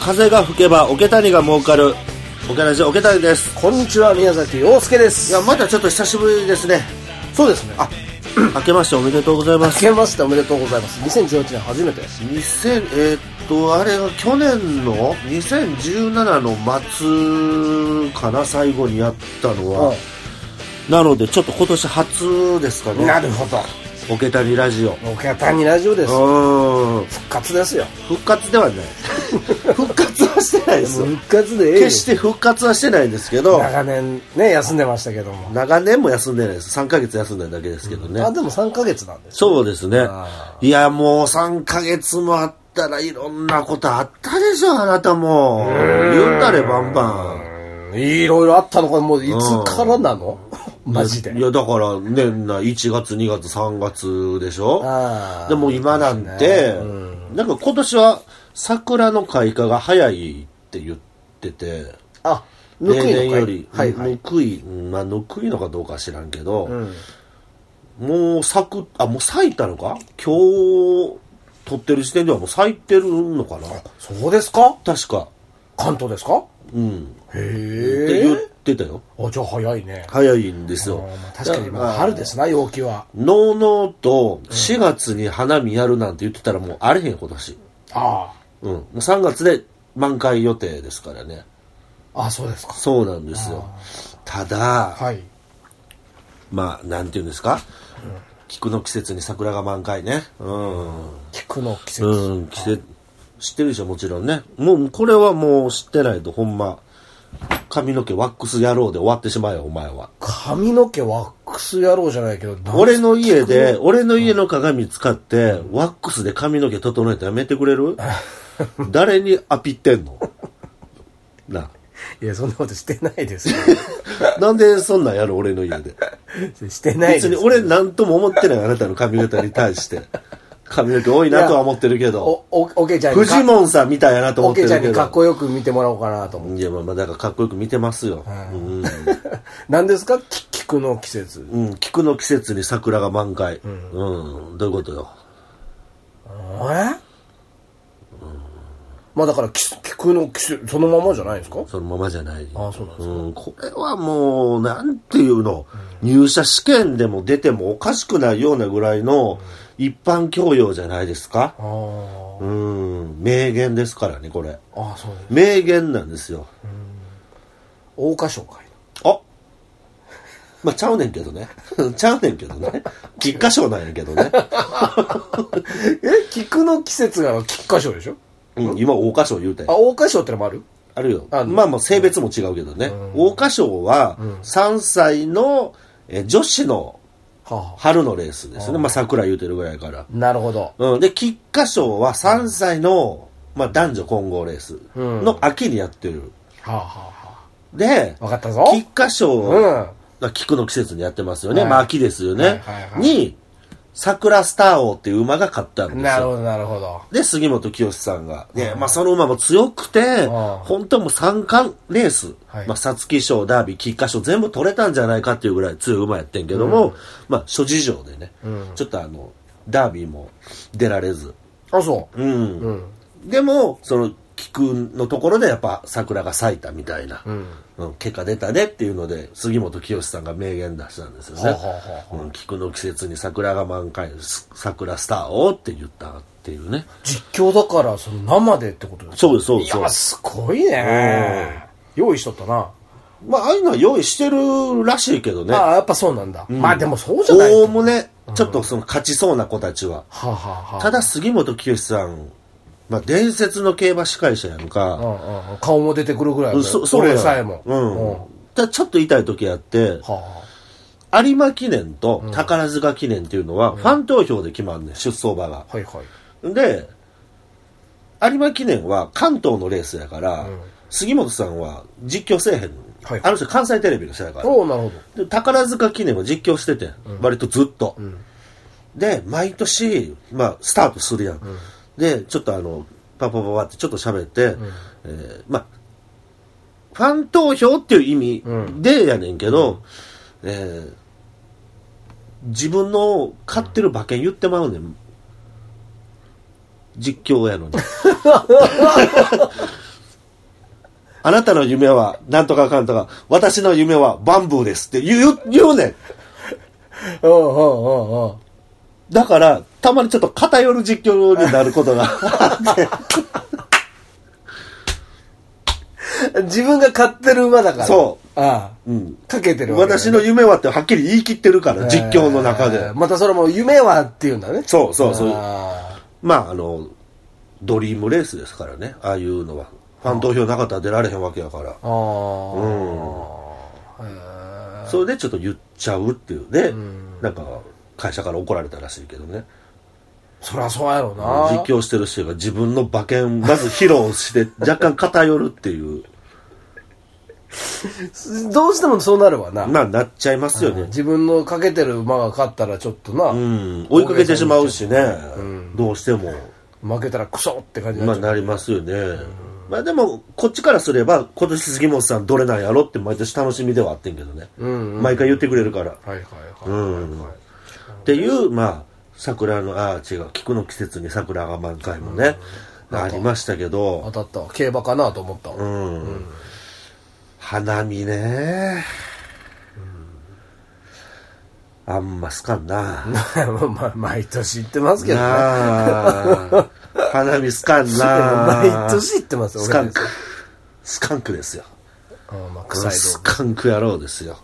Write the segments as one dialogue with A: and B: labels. A: 風が吹けば桶谷が儲かる桶谷じ桶谷です
B: こんにちは宮崎陽介で
A: い
B: す
A: やまだちょっと久しぶりですね
B: そうですねあ
A: 明けましておめでとうございま
B: 明
A: す
B: けましておめでとうございます2018年初めて
A: 2000えーっとあれが去年の2017の末かな最後にやったのは、なのでちょっと今年初ですかね
B: なるほど
A: 桶谷ラジオ
B: お客さんにラジオです
A: うん
B: 復活ですよ
A: 復活ではない復活はしてないですよ
B: 復活でええよ
A: 決して復活はしてないんですけど
B: 長年ね休んでましたけども
A: 長年も休んでないです3ヶ月休んでるだけですけどね、
B: あでも3ヶ月なんです
A: そうですね
B: あ
A: いやもう3ヶ月もあったらいろんなことあったでしょあなたも言ったれバンバン
B: いろいろあったのかもういつからなのマジで
A: いやだから年内1月2月3月でしょ
B: あー
A: でも今なん
B: そう
A: て、
B: ですねうん
A: なんか今年は桜の開花が早いって言ってて
B: あぬく
A: 例
B: い
A: 年
B: のか
A: より、
B: はいは
A: ぬ
B: い
A: くい、うんまあ、ぬくいのかどうかは知らんけど、
B: うん
A: もう咲く、あ、もう咲いたのか今日、撮ってる時点ではもう咲いてるのかな
B: そうですか
A: 確か。
B: 関東ですか
A: うん。っ
B: へ
A: て
B: え
A: 言ってたよ。
B: あじゃあ早いね
A: 早いんです
B: あ
A: よ
B: ーまあ。確かにま
A: だ
B: あ春ですな陽気は
A: のうのうと4月に花見やるなんて言ってたらもうあれへん今年。
B: あ
A: うん。もう3月で満開予定ですからね。
B: ああそうですか
A: そうなんですよ。ただ、
B: はい
A: まあ、なんて言うんですか、菊の季節に桜が満開ね。うん。
B: 菊の季節
A: うん、季節、知ってるでしょ、もちろんね。もう、これはもう知ってないと、ほんま、髪の毛ワックスやろうで終わってしまえよ、お前は。
B: 髪の毛ワックスやろうじゃないけどなん
A: 俺の家で、俺の家の鏡使って、ワックスで髪の毛整えてやめてくれ る誰にアピってんのな。
B: いやそんなことしてないです よ
A: なんでそんなんやる俺の家で。
B: してないです
A: 別に俺なんとも思ってないあなたの髪型に対 して。髪の毛多いなとは思ってるけど。
B: おおおけちゃんに
A: フジモンさんみたいやなと思
B: お
A: って
B: け
A: る
B: ちゃ
A: け
B: んに
A: ど。
B: かっこよく見てもらおうかなと思って
A: いや、まあまあ、だからかっこよく見てますよ。うん。
B: 何ですかき菊の季節
A: うん、菊の季節に桜が満開。うん。どういうことよ。
B: えまあだからき菊の季節そのままじゃないですか
A: そのままじゃない。
B: あそうなんですか
A: ん、これはもう、なんていうの、入社試験でも出てもおかしくないようなぐらいの一般教養じゃないですか。
B: あー
A: うん、名言ですからね、これ。
B: あーそうです
A: 名言なんですよ。
B: 桜花賞かい
A: あまあ、ちゃうねんけどね。 ちゃうねんけどね。菊花賞なんやけど ね。
B: え菊の季節が菊花賞でしょ
A: うん、今、桜花賞言うて
B: あ。桜花賞ってのもある
A: あるよ。
B: あ
A: まあまあ性別も違うけどね。桜花賞は3歳のえ女子の
B: は
A: 春のレースですね。まあ桜言うてるぐらいから。
B: あなるほど
A: うん。で、菊花賞は3歳の、まあ男女混合レース
B: うん
A: の秋にやってる。
B: はあはあは
A: で
B: あ、わかったぞ
A: 菊花賞、
B: うん
A: まあ菊の季節にやってますよね。
B: はい
A: まあ秋ですよね。
B: はいはいはい
A: に、桜スター王っていう馬が勝ったんですよ。
B: なるほどなるほど
A: で、杉本清さんが。ね、まあその馬も強くて、
B: ん
A: 本当はもう三冠レース、
B: はい
A: まあ皐月賞、ダービー、菊花賞全部取れたんじゃないかっていうぐらい強い馬やってんけども、まあ諸事情でね、ちょっとあの、ダービーも出られず。
B: あそう
A: うん。
B: うん
A: でも、その、菊のところでやっぱ桜が咲いたみたいな、
B: ん
A: うん結果出たねっていうので、杉本清さんが名言出したんですよね。
B: はあはあは
A: うん菊の季節に桜が満開、す桜スターをって言ったっていうね。
B: 実況だからその生でってことですか
A: そうです、そうです。そうで
B: いや
A: す
B: すごいね用意しとったな
A: まあ、ああいうのは用意してるらしいけどね。
B: ああやっぱそうなんだまあでもそうじゃない
A: おお
B: と
A: むね、ちょっとその勝ちそうな子たちは。
B: はあはあはあ
A: ただ、杉本清さん、まあ、伝説の競馬司会者やん
B: う
A: か。
B: んうんうん顔も出てくるぐらいだよ
A: そそ
B: 俺
A: う
B: さえも
A: うん。
B: は
A: ただちょっと痛い時あって、
B: あは
A: 有馬記念と宝塚記念っていうのは、ファン投票で決まんねん、出走馬が。
B: あはいはい
A: で、有馬記念は関東のレースやから、杉本さんは実況せえへんの。
B: はい
A: あの人関西テレビの人やから。
B: おおなるほ
A: で宝塚記念は実況してて、割とずっと、で毎年、まあ、スタートするやん、でちょっとあのパパパパってちょっと喋って、えーまあファン投票っていう意味でやねんけど、えー自分の買ってる馬券言ってまうね ん実況やのにあなたの夢は、なんとかかんとか、私の夢はバンブーですって言う、言うねん。
B: うんうんうんうん。
A: だから、たまにちょっと偏る実況になることがあ って
B: 自分が買ってる馬だから。。
A: そう
B: ああ。
A: うん
B: かけてるわけだね
A: 私の夢はってはっきり言い切ってるから、実況の中
B: え
A: で
B: ー。またそれも夢はっていうんだね。
A: そうそうそう。
B: あ
A: まあ、あの、ドリームレースですからね、ああいうのは。ファン投票なかったら出られへんわけやから。
B: あ。ああへえ
A: それでちょっと言っちゃうっていうね
B: ん。
A: なんか、会社から怒られたらしいけどね。
B: そりゃそうやろうな。
A: 実況してる人が自分の馬券、まず披露 して、若干偏るっていう。
B: どうしてもそうなるわな。
A: まあ、なっちゃいますよね。
B: 自分のかけてる馬が勝ったらちょっとな、
A: うん、追いかけてしまうしね、どうしても、
B: 負けたらクソって感じに
A: まあ
B: なっちゃう。
A: なりますよね、まあでもこっちからすれば今年杉本さんどれなんやろって毎年楽しみではあってんけどね、
B: ん
A: 毎回言ってくれるから、
B: はいはいはい。
A: うんっていうまあ桜のあー違う菊の季節に桜が満開もね、ありましたけ
B: 当
A: ど、
B: たったわ。競馬かなと思ったわ。
A: うん花見ね、あんま好かんな
B: まあ、毎年言ってますけどね。
A: なあ花見ス カンな
B: 毎年言ってますよ、
A: スカ
B: 俺
A: ン
B: です
A: ク。スカンクですよ。
B: うんまあ、臭い動
A: ス
B: 物。
A: カンク野郎ですよ。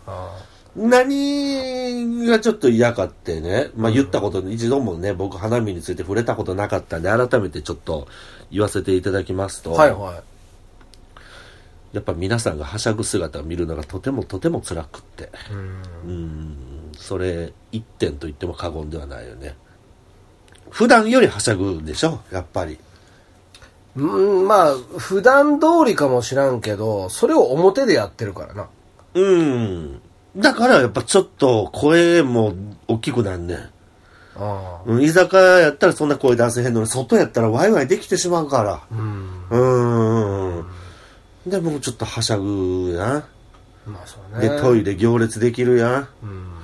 A: 何がちょっと嫌かってね、まあ言ったこと、一度もね、僕花見について触れたことなかったんで、改めてちょっと言わせていただきますと、
B: はいはい。
A: やっぱ皆さんがはしゃぐ姿を見るのがとてもとても辛くって。うんそれ、一点と言っても過言ではないよね。普段よりはしゃぐでしょ、やっぱり。
B: うん、まあ、普段通りかもしらんけど、それを表でやってるからな。
A: うん。だからやっぱちょっと声も大きくなんねん。
B: あ
A: うん居酒屋やったらそんな声出せへんのに、外やったらワイワイできてしまうから。
B: あ。うん。
A: うーん。で、もうちょっとはしゃぐや
B: まあ、そうね。
A: ん。で、トイレ行列できるや
B: うん。
A: ん。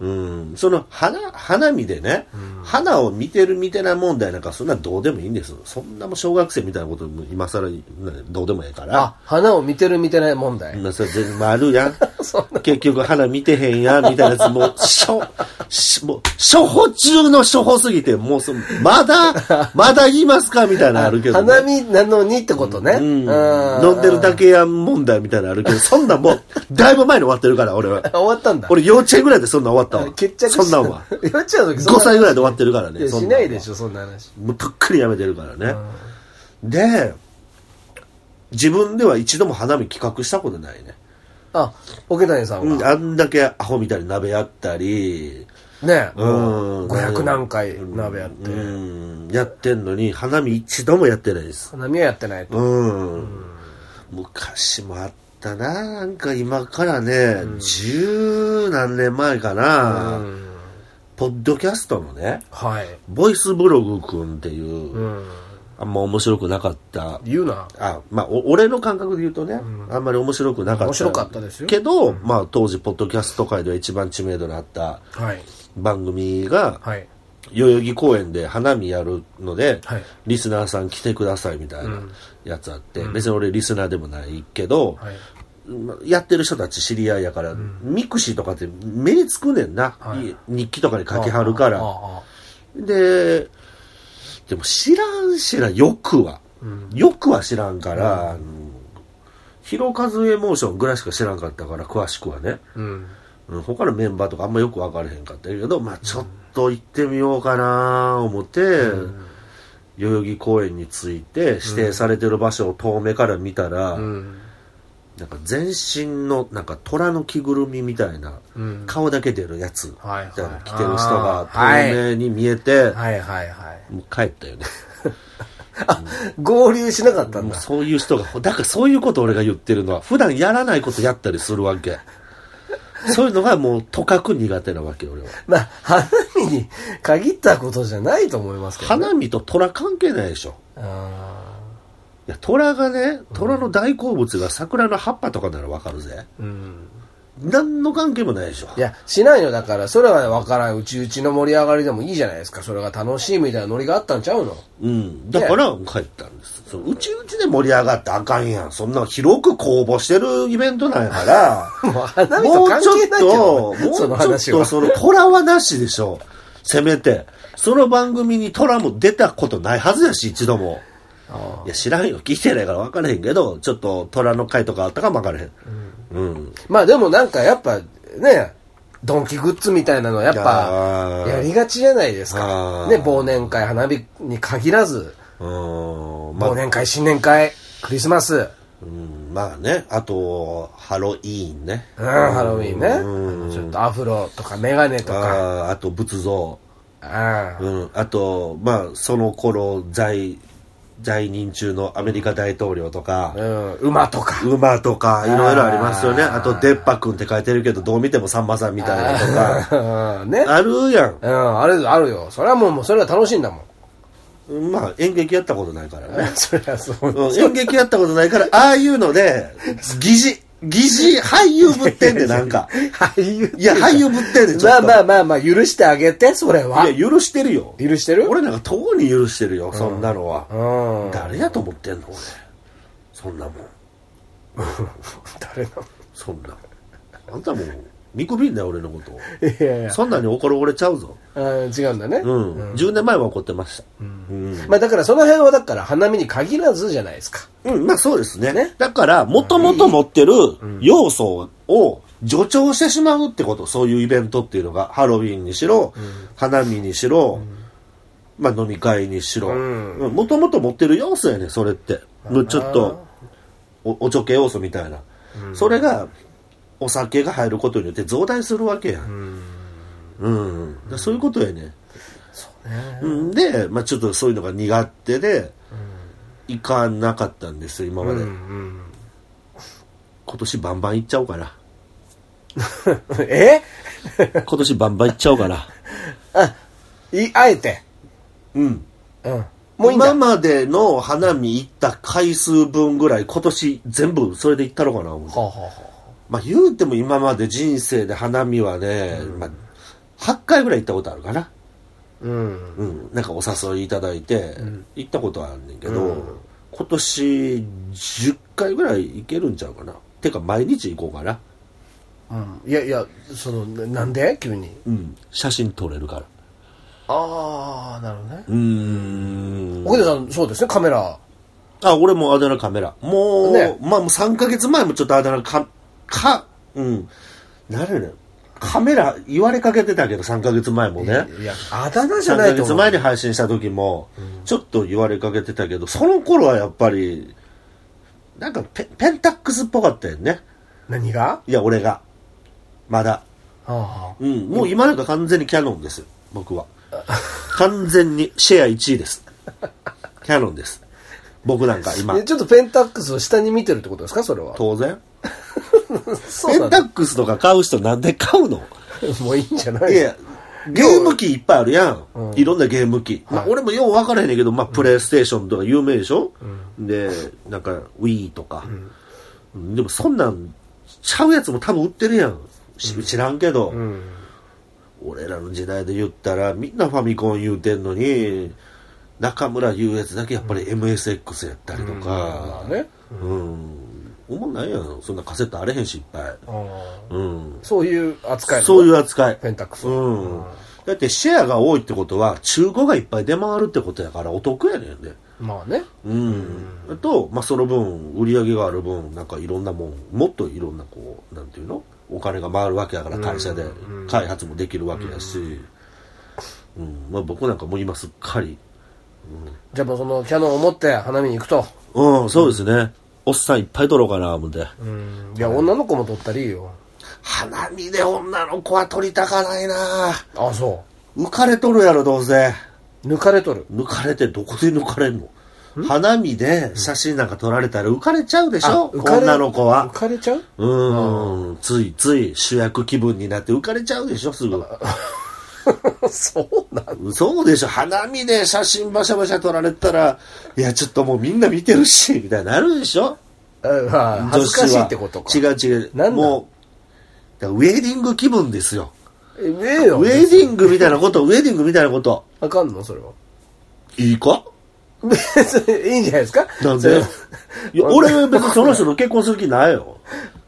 A: うん。その、花、花見でね、花を見てる見てない問題なんかそんなどうでもいいんです。そんなもう小学生みたいなことも今更ねどうでもええから。
B: あ、花を見てる見てない問題。
A: まあ、それ全然丸やん。
B: そん
A: 結局花見てへんや、みたいなやつ、もう、しょ、しもう、処方中の処方すぎて、もうそ、ま だ、まだ言いますかみたいなのあるけど、ね。
B: 花見なのにってことね。
A: うん。
B: う
A: 飲んでるだけやん問題みたいなのあるけ ど、そんなんもう、だいぶ前に終わってるから、俺は。
B: 終わったんだ。
A: 俺幼稚園ぐらいでそんなん終わったわ。
B: 決着
A: そんなんは。
B: しやっちゃう 時そん
A: 5
B: な
A: 歳ぐらいで終わってるから
B: い
A: ね。
B: や
A: そ
B: し
A: んん
B: な
A: はい
B: でしょ、そんな話。
A: もうぷっくりやめてるからね。で、自分では一度も花見企画したことないね。
B: あ、桶谷さん
A: うん、
B: は。
A: あんだけアホみたいに鍋やったり、
B: ねえ。
A: うん
B: 500何回鍋やって。
A: うん、やってんのに、花見一度もやってないです。
B: 花見はやってないと。
A: うん。昔もあったな、なんか今からね、十、何年前かな、
B: うん
A: ポッドキャストのね、
B: はい。
A: ボイスブログくんっていう、
B: うん。
A: あんま面白くなかった。
B: 言うな。
A: あまあ、お俺の感覚で言うとね、あんまり面白くなかった。
B: 面白かったですよ
A: けど、まあ当時、ポッドキャスト界では一番知名度のあった
B: はい。
A: 番組が、
B: はい。
A: 代々木公園で花見やるので、
B: はい
A: リスナーさん来てくださいみたいなやつあって、別に俺リスナーでもないけど、
B: はい。
A: まやってる人たち知り合いやから、ミクシーとかって目につくねんな、
B: はい
A: 日記とかに書きはるから
B: あああ
A: ででも知らんしらよくは、よくは知らんから、あのひろかずエモーションぐらいしか知らんかったから詳しくはね、
B: うん。
A: うん他のメンバーとかあんまよく分からへんかったけど、まあ、ちょっと行ってみようかな思って、代々木公園について指定されてる場所を遠目から見たら、
B: うん。
A: なんか全身のなんか虎の着ぐるみみたいな、
B: うん
A: 顔だけ出るやつ、み
B: はいはい
A: たいな着てる人が
B: あー
A: 透明に見えて、
B: はいはいはい。
A: もう帰ったよね。
B: 合流しなかったん
A: もう
B: だ。
A: そういう人が、だからそういうこと俺が言ってるのは、普段やらないことやったりするわけ。そういうのがもうとかく苦手なわけ、俺は。
B: まあ、花見に限ったことじゃないと思いますけどね。
A: 花見と虎関係ないでしょ。
B: あ
A: いや、虎がね、虎の大好物が桜の葉っぱとかならわかるぜ。
B: ーうん。
A: 何の関係もないでしょ
B: い。や、しないよ。だから、それは分からん。うちうちの盛り上がりでもいいじゃないですか。それが楽しいみたいなノリがあったんちゃうの
A: うん。だから、帰ったんです。そううちうちで盛り上がってあかんやん。そんな広く公募してるイベントなんやから。
B: もう花見と関係ないけど
A: もう
B: ね
A: ちょっと、もう
B: その話
A: ちょっと
B: は
A: そのコラはなしでしょ。せめて。その番組にトラも出たことないはずやし、一度も。
B: あ
A: いや、知らんよ。聞いてないから分からへんけど、ちょっとトラの回とかあったかも分からへん。うん。
B: ーまあでもなんかやっぱねドンキグッズみたいなのやっぱ
A: いやー
B: やりがちじゃないです
A: あ
B: か
A: ー
B: ね忘年会花火に限らず
A: うん。ま
B: 忘
A: あ、
B: 年会新年会クリスマス
A: うん、まあね。あと、ハロウィーンね。
B: うんハロウィンねあ
A: うん
B: のちょっとアフロとかメガネとか
A: あーあと仏像。
B: あー
A: うん、あと、まあ、その頃在、在任中のアメリカ大統領とか
B: う、ん馬とか
A: 馬とか、いろいろありますよね。
B: あー
A: あと、デッパ君って書いてるけど、どう見てもさんまさんみたいなのとか、
B: うんね
A: あるやん。
B: うんあるあるよそれはもうもうそれは楽しいんだもん
A: まあ、演劇やったことないからね。
B: そりゃそう
A: うん演劇やったことないから、ああいうので、疑似、疑似俳優ぶってんで、なんか。
B: 俳優ってうか
A: いや、俳優ぶってんで、ちょっ
B: まあ
A: と。
B: まあまあまあ許してあげてそれはい
A: や、許してるよ。
B: 許してる
A: 俺なんか、とうに許してるよ、そんなのは。
B: うん
A: 誰やと思ってんの俺。そんなもん。
B: 誰な
A: そんな。あんたもう、見くびんだよ、俺のことを。
B: のいやいや
A: そんなに怒る俺ちゃうぞ。
B: あー違うんだね、
A: うん。10年前は怒ってました。うん。
B: まあだからその辺はだから花見に限らずじゃないですか
A: うん、まあそうですね。
B: ね
A: だから、もともと持ってる要素を助長してしまうってこと。そういうイベントっていうのが、ハロウィンにしろ、花見にしろ、まあ飲み会にしろ。
B: うん
A: もともと持ってる要素やね、それって。もうちょっとお、おちょけ要素みたいな。それが、お酒が入ることによって増大するわけやん。うん。だからそういうことやね。うんで、まあちょっとそういうのが苦手で、行かなかったんですよ、今まで。
B: ん、
A: 今年バンバン行っちゃおうかな。
B: え
A: 今年バンバン行っちゃおうかな。
B: あいあえて
A: うん。
B: うんもういいんだ
A: 今までの花見行った回数分ぐらい、今年全部それで行ったろうかな、思って
B: はあ、はあは
A: まあ言うても今まで人生で花見はね、まあ、8回ぐらい行ったことあるかな。
B: あ、うん
A: うん。なんかお誘いいただいて、行ったことはあんねんけど、今年10回ぐらい行けるんちゃうかな。てか毎日行こうかな。
B: うん、いやいやそのななんで急に
A: うん。写真撮れるから。
B: ああなるほどね
A: うーん。
B: 奥田さんそうですねカメラ
A: あ、俺もアダナカメラ。もう、
B: ね
A: まあもう3ヶ月前もちょっとアダナか、か、うん。なるね。カメラ言われかけてたけど、3ヶ月前もね。
B: いやあだ名じゃ
A: 3
B: な
A: ヶ
B: いと
A: 月
B: 思う
A: 前に配信した時も、ちょっと言われかけてたけど、その頃はやっぱり、なんかペペンタックスっぽかったよね。
B: 何が、
A: いや、俺が。まだ。
B: はあはあ
A: うん。もう今なんか完全にキャノンです。僕は。完全にシェア1位です。キャノンです。僕なんか今
B: え。ちょっとペンタックスを下に見てるってことですかそれは
A: 当然。
B: そ
A: ペ
B: うな
A: ン
B: ん
A: タ
B: だ
A: ックスとか買う人なんで買うの
B: もういいんじゃない
A: いや、ゲーム機いっぱいあるやん。いろんなゲーム機。まあ、
B: はい
A: 俺もよう分からへんねんけど、まあ、プレイステーションとか有名でしょ、で、なんか、Wii とか、でもそんなん、ちゃうやつも多分売ってるやん。し知らんけど、
B: うん
A: 俺らの時代で言ったら、みんなファミコン言うてんのに、中村優越だけやっぱり MSX やったりと
B: ま
A: か
B: あ、ね
A: うん。おもんないやん。そんなカセットあれへんし、いっぱい。うん。
B: そういう扱いなの
A: そういう扱い。
B: ペンタックス
A: うん。だってシェアが多いってことは、中古がいっぱい出回るってことやからお得やねんね。
B: まあね
A: うん。あと、まあ、その分、売り上げがある分、なんかいろんなもん、もっといろんなこう、なんていうのお金が回るわけやから、会社で開発もできるわけやし。うん。まあ、僕なんかもう今すっかり。
B: じゃあもうそのキャノンを持って花見に行くと
A: うん、そうですね。おっさんいっぱい取ろうかな、思って。
B: うんいや女の子も撮ったりいいよ
A: 花見で女の子は取りたかないな
B: あそ
A: 浮かれとるやろ、どうせ。
B: う抜かれとる
A: 抜かれてどこで抜かれんの花見で写真なんか撮られたら浮かれちゃうでしょ
B: 浮かれ
A: 女の子
B: 浮
A: は。
B: かれちゃう
A: うーん、ついつい主役気分になって浮かれちゃうでしょすぐ。
B: そうなん
A: そうでしょ花見で写真バシャバシャ撮られたら、いや、ちょっともうみんな見てるし、みたいになるでしょ
B: あ恥ずかしいってことか
A: 女子は違う違う。
B: なんだ
A: もう、だからウェディング気分ですよ。
B: えねえよ
A: ウェディングみたいなこと、ウェディングみたいなこと。
B: あかんのそれはい
A: いか
B: 別にいいんじゃないですか
A: なん
B: そ
A: で
B: れ
A: いや俺別にその人と結婚する気ないよ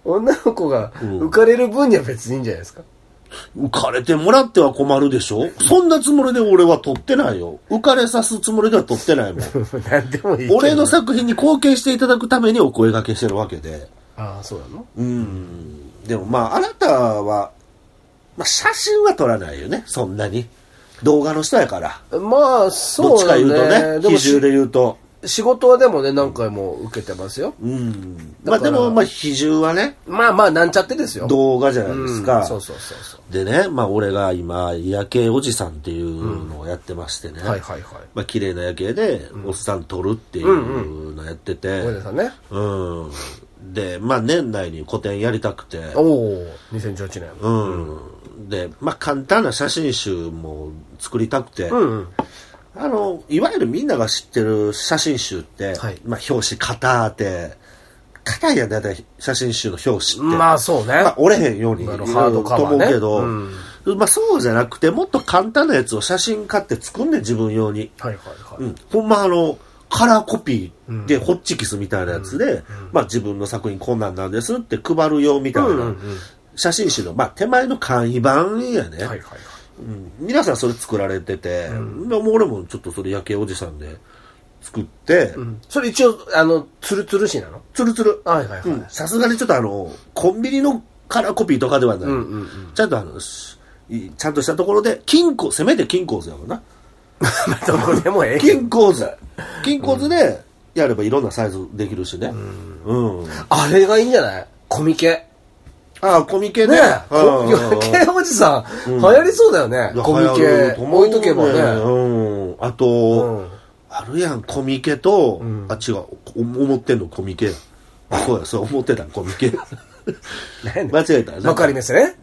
B: 女の子が
A: うん
B: 浮かれる分には別にいいんじゃないですか、
A: 浮かれてもらっては困るでしょそんなつもりで俺は取ってないよ浮かれさすつもりでは取ってないもん
B: なんでもいいけど
A: 俺の作品に貢献していただくためにお声掛けしてるわけで
B: ああそうなの
A: うんでもまああなたは、まあ、写真は撮らないよねそんなに動画の人やから
B: まあ
A: ど
B: そ
A: っち
B: う
A: か
B: だ
A: 言うと
B: ね
A: ね
B: でも
A: 比重で言うと
B: 仕事はでもね何回も受けてますよ
A: うんまあ
B: だから
A: でもまあ比重はね
B: まあまあなんちゃってですよ
A: 動画じゃないですか、
B: うんそうそうそうそ
A: でね、まあ、俺が今夜景おじさんっていうのをやってましてね、
B: うはいはいはい
A: まあ綺麗な夜景でおっさん撮るっていうのやってて、
B: ごめんなさいね
A: うんでまあ年内に個展やりたくて
B: おお2018年
A: うん、でまあ簡単な写真集も作りたくて、
B: うんうん
A: あのいわゆるみんなが知ってる写真集って、
B: はい
A: まあ表紙片当て硬いやんだいたい写真集の表紙って、
B: まあそうね、
A: まあ、折れへんように
B: まあ
A: いろい
B: ハー
A: ろ
B: ド
A: と
B: カバー
A: 思
B: ね
A: うけど、
B: うん
A: まあ、そうじゃなくてもっと簡単なやつを写真買って作んねん自分用に、
B: はいはいはい、
A: うん、ほんまあのカラーコピーでホッチキスみたいなやつで、まあ、自分の作品こんなんなんですって配るよみたいな、
B: うんうんうん
A: 写真集の、まあ、手前の簡易版やね、
B: はいはいはい
A: うん、皆さんそれ作られてて、でもう俺もちょっとそれ夜景おじさんで作って、
B: うんそれ一応あのツルツルしなの
A: ツルツル
B: はいはいはい、
A: うんさすがにちょっとあのコンビニのカラーコピーとかではない、
B: うんうんうん
A: ちゃんとあのしいちゃんとしたところで金庫せめて金庫図やもんな
B: どこでもええけど
A: 金庫図金庫図でやればいろんなサイズできるしねうん、
B: あれがいいんじゃないコミケ
A: ああコミケね
B: ねえ、
A: うん
B: コミケおじさん、流行りそうだよね。コミケ、置いとけばね。
A: うんあと、
B: うん
A: あるやんコミケと、あ違うお思ってんのコミケあそうやそう思ってたコミケ 間違えた
B: 幕張メッセね。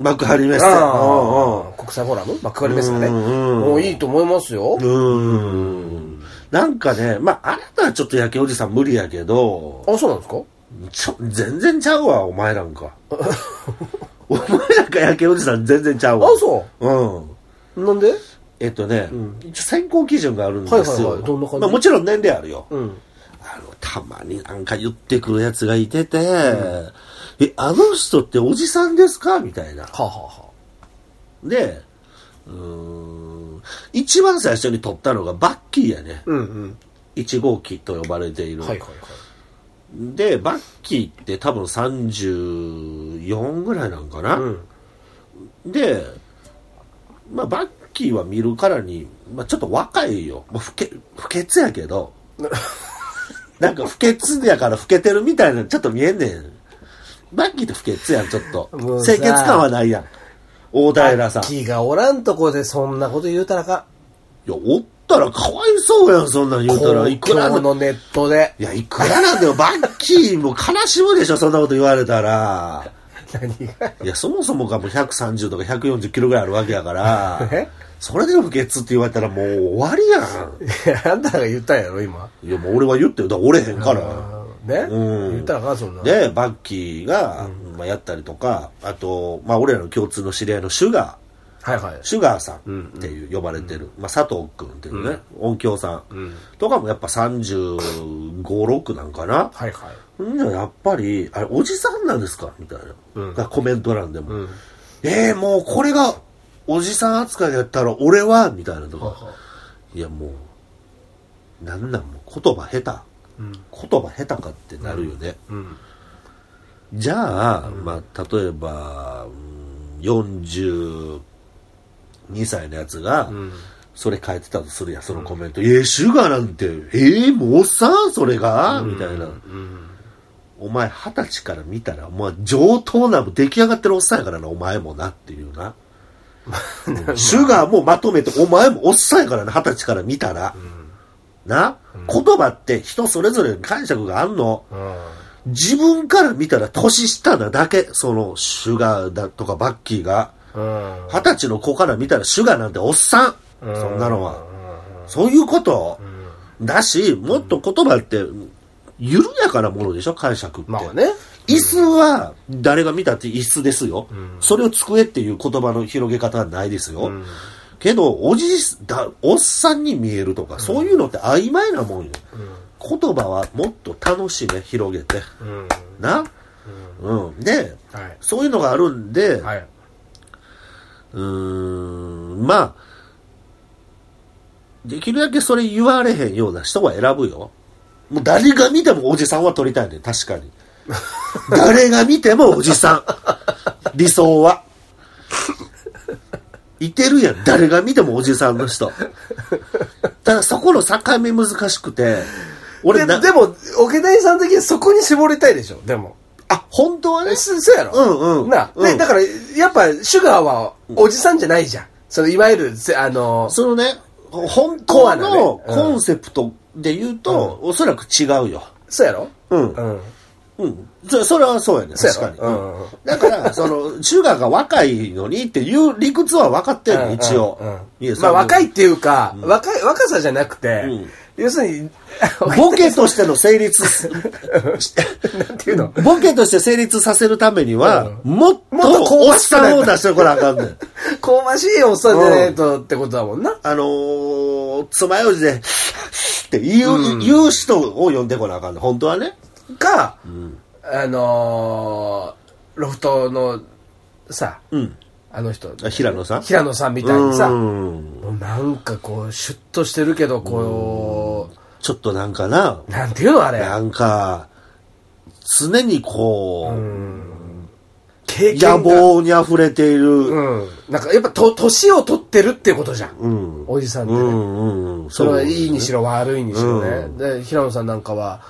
A: 幕張メッセ
B: ああ、国際フォーラム幕張メッセがね。
A: うんうん
B: もういいと思いますよ。
A: うんなんかね、まあ、あなたはちょっと焼けおじさん無理やけど、
B: あ、そうなんですか
A: ちょ、全然ちゃうわ、お前なんか。 お前なんか焼けおじさん全然ちゃうわ。。
B: あそう
A: うん。
B: う。なんで
A: えっとね、一応選考基準があるんですよ。
B: はいはいはいどんな感じ
A: まあもちろん年齢あるよ。
B: うん。
A: あの、たまになんか言ってくるやつがいてて、え、あの人っておじさんですかみたいな。
B: はあ、はあは
A: で、うーん、一番最初に取ったのがバッキーやね。
B: うんうん。
A: 1号機と呼ばれている。
B: はいはいはい。
A: で、バッキーって多分34ぐらいなんかな。
B: うん。
A: で、まあ、バッキーは見るからに、まあ、ちょっと若いよ。まあ、不け不潔やけ ど、なんか不潔やから老けてるみたいなのちょっと見えんねん。バッキーって不潔やん、ちょっと
B: もう。さ
A: 清潔感はないやん。大平さん。い
B: 木がおらんとこでそんなこと言うたらか。
A: や、おったらかわいそうやん、そんなん言うたら。いくら
B: 公共
A: の。
B: のネットで。
A: いや、いくらなんだよ。バッキーも悲しむでしょ、そんなこと言われたら。
B: 何が。
A: いや、そもそもがもう130とか140キロぐらいあるわけやから
B: え、
A: それで不潔って言われたらもう終わりや
B: いやあんたが言ったんやろ、今。
A: ん。いや、もう俺は言ってよ。だから折れへんか
B: あ
A: ら。
B: ーね、
A: うん
B: 言ったらか、そんな。
A: で、バッキーが、まあ、やったりとか、あと、まあ、俺らの共通の知り合いのシュガ
B: はいはい
A: ー、。シュガーさんっていう呼ばれてる、まあ、佐藤くんっていうね、音響さんとかもやっぱ35、6なんかな。
B: はいはい。
A: んじゃやっぱり、あれ、おじさんなんですかみたいな。がコメント欄でも。えー、もうこれが、おじさん扱いだったら俺は、みたいなとか。いや、もう、なんなん、もう言葉下手。言葉下手かってなるよね。
B: うん。
A: じゃあ、まあ、例えば、うん42歳のやつが、それ書いてたとするやん、そのコメント。えー、シュガーなんて、えー、もうおっさんそれがみたいな。お前二十歳から見たら、お前上等な、出来上がってるおっさんやからな、お前もなっていうな。シュガーもまとめて、お前もおっさんやからな、二十歳から見たら。な、言葉って人それぞれ解釈があんの。
B: うん。
A: 自分から見たら年下なだけ、その、シュガーだとかバッキーが。
B: うん。
A: 二十歳の子から見たらシュガーなんておっさん。そんなのは。そういうこと。だし、もっと言葉って、緩やかなものでしょ、解釈って。
B: まあね。
A: 椅子は誰が見たって椅子ですよ、それを机っていう言葉の広げ方はないですよ、けど、おじだ、おっさんに見えるとか、そういうのって曖昧なもんよ。言葉はもっと楽しめ、広げて。
B: うんうん
A: な、うん、で、
B: はい
A: そういうのがあるんで、
B: はいう
A: ーん、まあ、できるだけそれ言われへんような人は選ぶよ。もう誰が見てもおじさんは撮りたいねん確か に。誰が見てもおじさん。理想は。いてるやん。誰が見てもおじさんの人。ただそこの境目難しくて、俺
B: で
A: な、
B: でも桶谷さん的にそこに絞りたいでしょでも
A: あ、本当はね
B: え、そそうやろ
A: うんうん
B: な、で
A: うん
B: だからやっぱシュガーはおじさんじゃないじゃんそのいわゆるせあの
A: そのね、本
B: コ
A: 当
B: アなね
A: の
B: うん
A: コンセプトで言うと、おそらく違うよ。
B: そうやろ
A: うん
B: う。ん
A: うん。そそれはそうやね。
B: そうや
A: 確
B: ろ
A: かに。
B: うんうんうん
A: だから、 その、中学が若いのにっていう理屈は分かってるの、一応
B: うんうん。
A: いやそれ
B: まあ
A: は
B: 若いっていうか、若い若さじゃなくて、
A: うん
B: 要する に
A: ボケとしての成立す、
B: なんていうの
A: ボケとして成立させるためには、もっ
B: もっ
A: と
B: と香
A: おっ
B: ばしくない
A: さんを出してこなあかんねん。
B: 香ばしいおっさんじゃないとってことだもんな、
A: あのー、爪楊枝で、って言う、言う人を呼んでこなあかんねん、本当はね。
B: か、あのーロフトのさ、
A: うん。
B: あの人
A: あ平野さん
B: 平野さんみたいにさ、
A: うん
B: もうなんかこうシュッとしてるけどこ
A: ちょっとなんかな
B: う、、なんていうのあれ
A: なんか、常にこう、
B: 経験が
A: 野望に溢れている、
B: うんなんかやっぱと年を取ってるってことじゃん、
A: うん。
B: おじさんって
A: う
B: ね、
A: んうん。
B: それ
A: う
B: は
A: ですね
B: いいにしろ悪いにしろね、
A: うん
B: で平野さんなんかは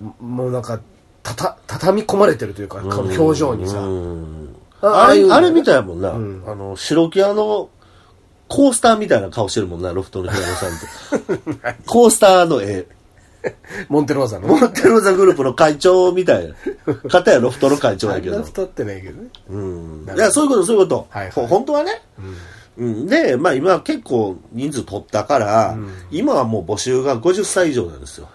B: ももうなんかたた畳み込まれてるというか、この表情にさ、
A: うん
B: あ
A: あ
B: ああいう
A: れ、
B: の
A: あれみたいやもんな。
B: ん
A: あの、白木屋の、コースターみたいな顔してるもんな、ロフトの平野さん って。コースターの絵。
B: モンテローザの
A: モンテローザグループの会長みたいな。方やロフトの会長やけ
B: あん
A: ど
B: な。太ってないけどね
A: うん。
B: ないる
A: や、そういうこと、そういうこと。
B: はいはい
A: ほ本当はね。うん、で、まあ今結構人数取ったから、今はもう募集が50歳以上なんですよ。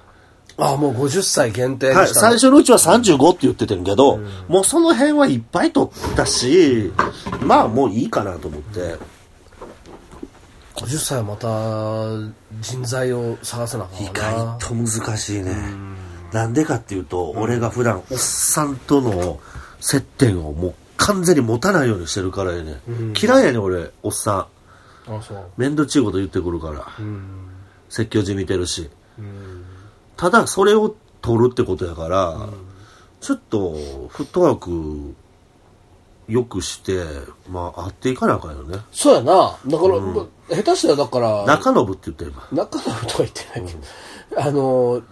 B: ああもう50歳限定で
A: はい、
B: したの、
A: 最初のうちは35って言っててんけど、もうその辺はいっぱい取ったし、まあもういいかなと思って。
B: 50歳はまた人材を探さなあ
A: 意
B: かんわ
A: 外と難しいね。なんでかっていうと、俺が普段おっさんとの接点をもう完全に持たないようにしてるからやね。嫌いやね俺、おっさん。
B: なあそう
A: めんどっちいこと言ってくるから。
B: うん
A: 説教じみてるし。
B: うん
A: ただそれを取るってことやから、ちょっとフットワークよくしてまあ会っていかなあかんよね
B: そうやなだから、もう下手したらだから
A: 中信って言って今
B: 中野とは言ってないけど、あのー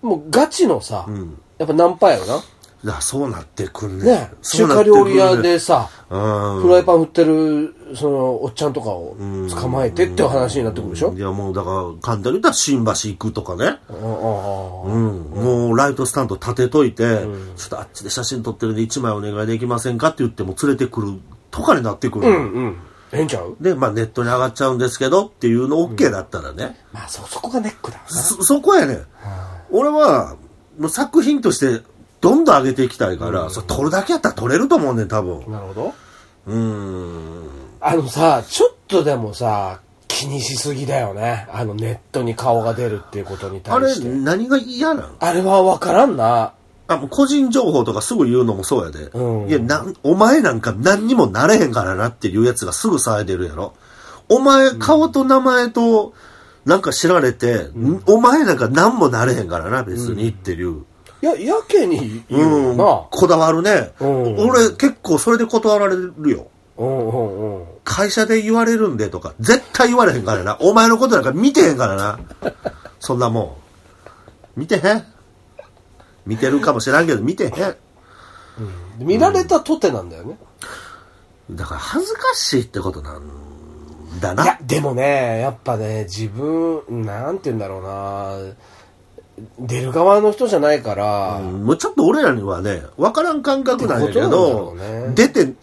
B: もうガチのさ、
A: ん
B: やっぱナンパやよな
A: だそうなってくんね
B: ね、
A: そ
B: 中
A: うなっ
B: 華
A: てく
B: 料
A: んね
B: 理屋でさ、
A: うん
B: フライパン振ってる、その、おっちゃんとかを捕まえてっていう話になってくるでしょ、
A: いやもうだから簡単に言ったら新橋行くとかね、
B: うんうんうん
A: うんもうライトスタンド立てといて、ちょっとあっちで写真撮ってるんで1枚お願いできませんかって言っても連れてくるとかになってくる、
B: うんうん。ええんちゃう
A: で、まあ、ネットに上がっちゃうんですけどっていうの OK だったらね、
B: まあ、そ、そこがネックだわな。
A: そそこやねん俺はもう作品としてどんどん上げていきたいから、それ撮るだけやったら撮れると思うねん多分
B: なるほど。
A: うーん
B: あのさ、ちょっとでもさ、気にしすぎだよね。あの、ネットに顔が出るっていうことに
A: あ
B: 対
A: れ
B: して。
A: 何が嫌なん
B: あれはわからんな。
A: あもう個人情報とかすぐ言うのもそうやで、
B: うん
A: いやなんお前なんか何にもなれへんからなっていうやつがすぐ騒いでるやろお前顔と名前となんか知られて、んお前なんか何もなれへんからな別にっていう、
B: いや、やけに言
A: う、
B: うんな。
A: こだわるね、
B: うん
A: 俺結構それで断られるよ
B: うんうんうん。
A: 会社で言われるんでとか絶対言われへんからなお前のことなんか見てへんからな そんなもん見てへん見てるかもしらんけど見てへん
B: 見られたとてなんだよね。
A: だから恥ずかしいってことなんだ
B: いや
A: な、
B: でもね、やっぱね、自分、なんて言うんだろうな、出る側の人じゃないから、
A: もうちょっと俺らにはね分からん感覚なんやけど、
B: ってことなんだろうね
A: 出て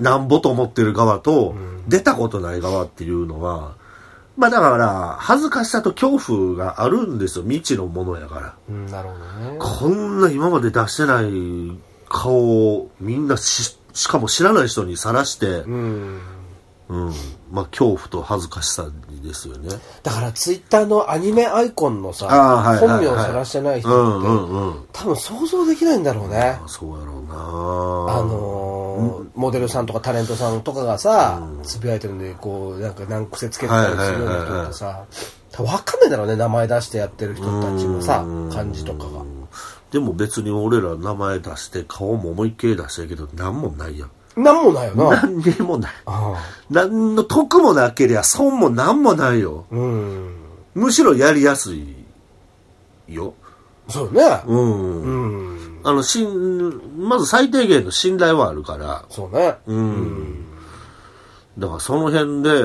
A: なんぼと思ってる側と、出たことない側っていうのはまあだから恥ずかしさと恐怖があるんですよ未知のものやから
B: うん、なるほどね。
A: こんな今まで出してない顔をみんなし、しかも知らない人にさらして、
B: うん。
A: うん。まあ、恐怖と恥ずかしさですよね。
B: だからツイッターのアニメアイコンのさ、
A: あーはいはいはい
B: 本名を探してないう人って、
A: んうんうん。
B: 多分想像できないんだろうね。
A: あそうやろうな
B: あのーモデルさんとかタレントさんとかがさ、つぶやいてるんで、こう、なんか難癖つけてたりするような人ってさ、多分わかんないだろうね、名前出してやってる人たちもさ、感じとかが。
A: でも別に俺ら名前出して顔も思いっきり出してるけど何もないやん。
B: なんもないよな。
A: 何にもない。
B: あ
A: 何の得もなけりゃ損も何もないよ。
B: あうん。
A: むしろやりやすいよ。
B: そうね。
A: うん。
B: うん。
A: あの、しん、まず最低限の信頼はあるから、
B: そうね。
A: うん。だからその辺で、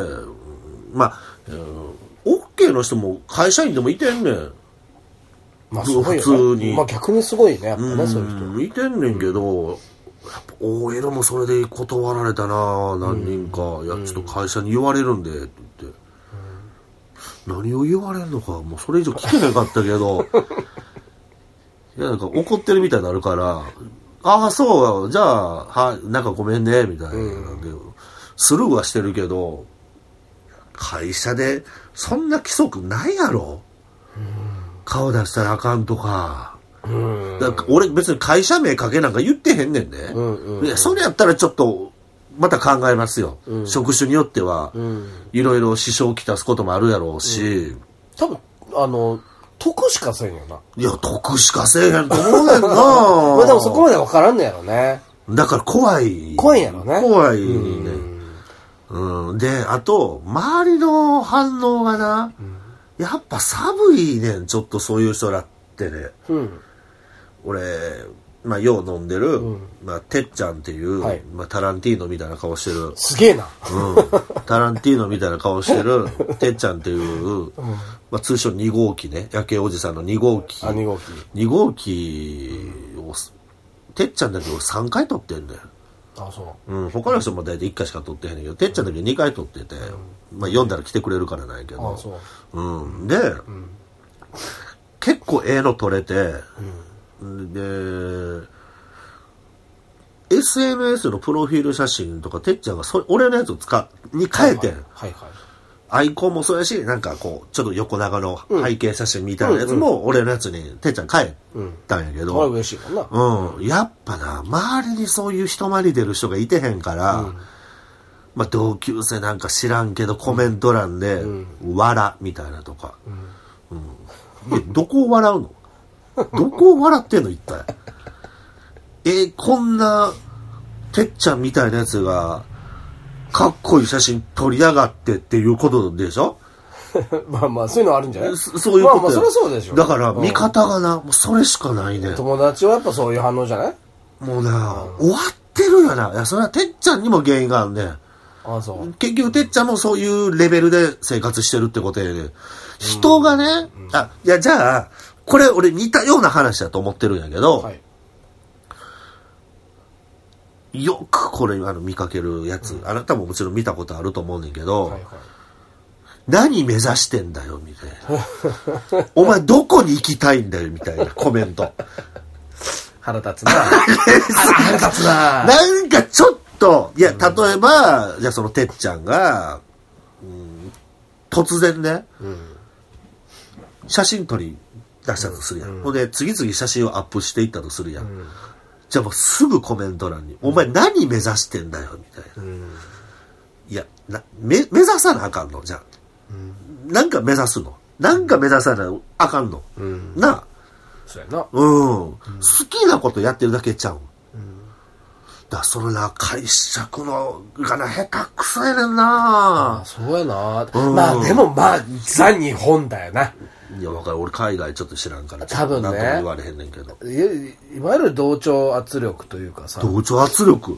A: まあ、オッケー OK の人も会社員でもいてんねん。
B: まあすごいよね
A: 普通に
B: まあ逆にすごいね、やっぱ
A: う
B: ね、そういう人。
A: ん、いてんねんけど、やっぱ OL もそれで断られたな何人か、いやちょっと会社に言われるんでって言って、何を言われるのかもうそれ以上聞けなかったけど いやなんか怒ってるみたいになるからああそうじゃあはいなんかごめんねみたいなんで、スルーはしてるけど会社でそんな規則ないやろ、顔出したらあかんとか
B: うん。
A: だから俺別に会社名かけなんか言ってへんねんね。
B: んうん
A: いや、それやったらちょっと、また考えますよ。職種によっては、
B: うん。
A: いろいろ支障をきたすこともあるやろうし、
B: 多分、あの、得しかせんよな。
A: いや、得しかせえへんと思うねんな
B: まあでもそこまでわからんのやろね。
A: だから怖い。
B: 怖いんやろね
A: 怖いね。うん。で、あと、周りの反応がな、やっぱ寒いねん、ちょっとそういう人らってね。
B: うん。
A: 俺、まあ、よう飲んでる、
B: うん
A: まあ、てっちゃんっていう、
B: はい
A: まあ、タランティーノみたいな顔してる、
B: すげえな。
A: うん、 タランティーノみたいな顔して る、てっちゃんっていう、まあ、通称2号機ね、夜景おじさんの2号機。
B: あ、2号機。
A: 2号機を、てっちゃんだけど3回撮ってんだよ。
B: あ、そ
A: うん、他の人も大体1回しか撮ってへんねんけど、てっちゃんだけ2回撮ってて、まあ、読んだら来てくれるからなんやけ
B: う。あ、
A: ど。
B: そう。
A: うん、で、結構ええの撮れて、で SNS のプロフィール写真とかてっちゃんがそれ俺のやつを使うに変えてん、
B: はいはい。
A: アイコンもそうやしなんかこうちょっと横長の背景写真みたいなやつも俺のやつにてっちゃん変えたんやけ
B: これは
A: ど、
B: 嬉しいもんな。
A: うんやっぱな周りにそういう人前に出る人がいてへんから、まあ、同級生なんか知らんけどコメント欄で「笑」みたいなとか、うんでどこを笑うのどこを笑ってんの一体えーこんなてっちゃんみたいなやつがかっこいい写真撮りやがってっていうことでしょ
B: まあまあ、そういうのあるんじゃない
A: そそういうこと
B: まあまあ、
A: や
B: そりゃそうでしょ。
A: だから
B: うん
A: 見方がな、もうそれしかないね
B: 友達はやっぱそういう反応じゃない
A: もうな、終わってるよな。いや、それはてっちゃんにも原因があるね。
B: あ、そう。
A: 結局、てっちゃんもそういうレベルで生活してるってことやで。人がね、あ、いや、じゃあ、これ俺似たような話だと思ってるんやけど、
B: はい。
A: よくこれあの見かけるやつ、あなたももちろん見たことあると思うねんけど、
B: はいはい。
A: 何目指してんだよ、みたい な。お前どこに行きたいんだよ、みたいなコメント。
B: 腹立つな。腹立つな。
A: なんかちょっと、いや、例えば、じゃあそのてっちゃんが、うん、突然ね、写真撮り出したとするやん。ほんで、次々写真をアップしていったとするやん。じゃあもうすぐコメント欄に、お前何目指してんだよ、みたいな。いやなめ、目指さなあかんの、じゃあ。なんか目指すの。なんか目指さなあかんの。なあ。
B: そうやな。
A: うん、好きなことやってるだけちゃうん。だからそれな、解釈のがな、下手くそやねん
B: あ、
A: な。
B: そうやな。
A: うん
B: まあでもまあ、ザ日本だよな。
A: いや、わかる。俺、海外ちょっと知らんから、
B: 多分ね
A: ちょっとなんとも言われへんねんけど。
B: いいわゆる同調圧力というかさ、
A: 同調圧力。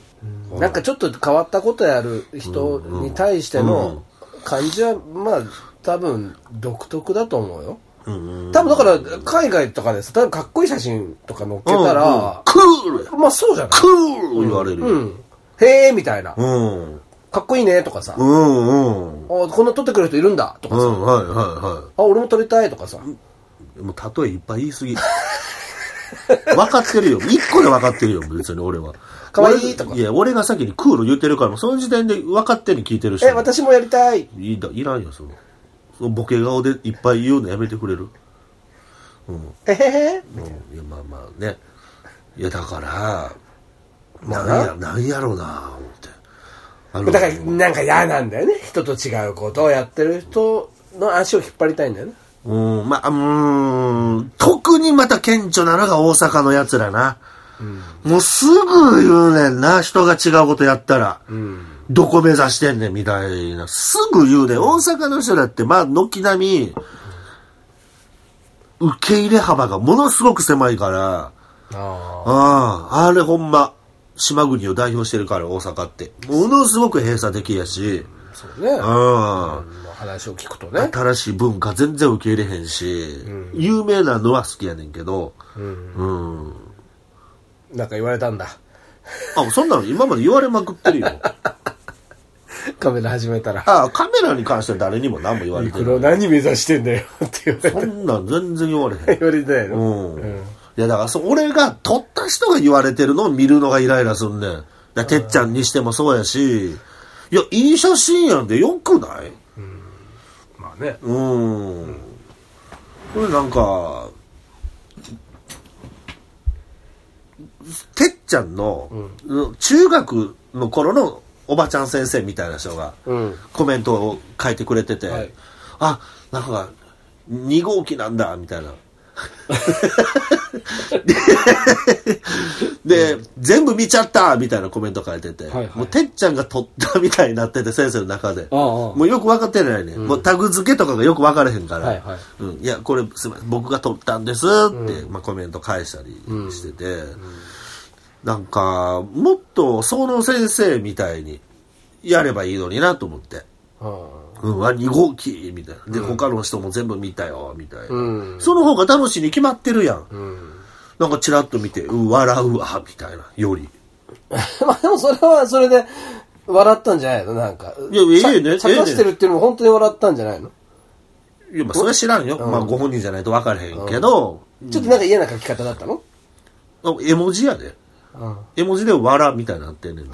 B: なんかちょっと変わったことやる人に対しての感じは、まあ、多分独特だと思うよ。
A: うん、うん。
B: 多分だから、海外とかでさ、多分かっこいい写真とか載っけたら、
A: うんうんクールや
B: まあそうじゃない
A: クール言われるよ。
B: うん。へえみたいな。
A: うん。うん、
B: かっこいいねとかさ、
A: う
B: あ
A: ん、うん。
B: こんな撮ってくれる人いるんだとか
A: う
B: さ、
A: ん、はい、は
B: あ、俺も撮りたいとかさ、
A: い、はい。もう、例えいっぱい言い過ぎ。 分かってるよ。一個で分かってるよ、別に俺は。
B: 可愛いとか
A: 俺いや、俺が先にクール言ってるから、もうその時点で分かってるに聞いてるし。
B: え、私もやりたい。
A: いいだいらんよ、その。そのボケ顔でいっぱい言うのやめてくれるうん。
B: えへへ。
A: うんいやまあまあねいやだから
B: まあ
A: なんやなんやろうな思ってあの
B: だから、なんか嫌なんだよね。人と違うことをやってる人の足を引っ張りたいんだよね。
A: うんまあうーん特にまた顕著なのが大阪のやつらな、もうすぐ言うねんな人が違うことやったら、どこ目指してんねんみたいなすぐ言うねん大阪の人だってまあ軒並み受け入れ幅がものすごく狭いから、
B: あ
A: ああ、あれほんま、島国を代表してるから、大阪って。ものすごく閉鎖的やし、
B: あ。そうね。
A: あ
B: まあ話を聞くと
A: あ
B: ね。
A: 新しい文化全然受け入れへんし、有名なのは好きやねんけど、うん。
B: なんか言われたんだ。
A: あ、そんなの今まで言われまくってるよ。
B: カメラ始めたら。
A: ああ、カメラに関しては誰にも何も言われ
B: ミ
A: て
B: クロ
A: ない。
B: 何目指してんだよって言われ
A: そんなん全然言われへん。
B: 言われてないの、
A: うん。いや、だからそ、俺が撮った人が言われてるのを見るのがイライラすんねん。だからてっちゃんにしてもそうやし、いや、いい写真やんでよくない
B: まあね。
A: うん。これなんか、てっちゃんの、中学の頃のおばちゃん先生みたいな人が、
B: うん。
A: コメントを書いてくれてて、
B: はい
A: あなんか2号機なんだみたいなでで全部見ちゃったみたいなコメント書いてて、
B: はいはい
A: もうてっちゃんが撮ったみたいになってて先生の中で
B: ああああ
A: もうよく分かってないね、もうタグ付けとかがよく分からへんから、
B: はいはい
A: うん、いやこれすみません僕が撮ったんですって、まあ、コメント返したりしてて、なんかもっとその先生みたいにやればいいのになと思って。うん、あ、2号機みたいな。で、他の人も全部見たよ、みたいな。
B: うん
A: その方が楽しいに決まってるやん。
B: うん。
A: なんかチラッと見て、うん、笑うわ、みたいな、より。
B: まあでもそれはそれで笑ったんじゃないのなんか。
A: いやいやいいね
B: さ
A: いいね
B: 茶化してるっていうのも本当に笑ったんじゃないの、
A: いや、まあ、それは知らんよ。まあ、ご本人じゃないと分からへんけど、
B: ちょっとなんか嫌な書き方だったの
A: あ絵文字やで。
B: うん。
A: 絵文字で笑みたいになってんねんな。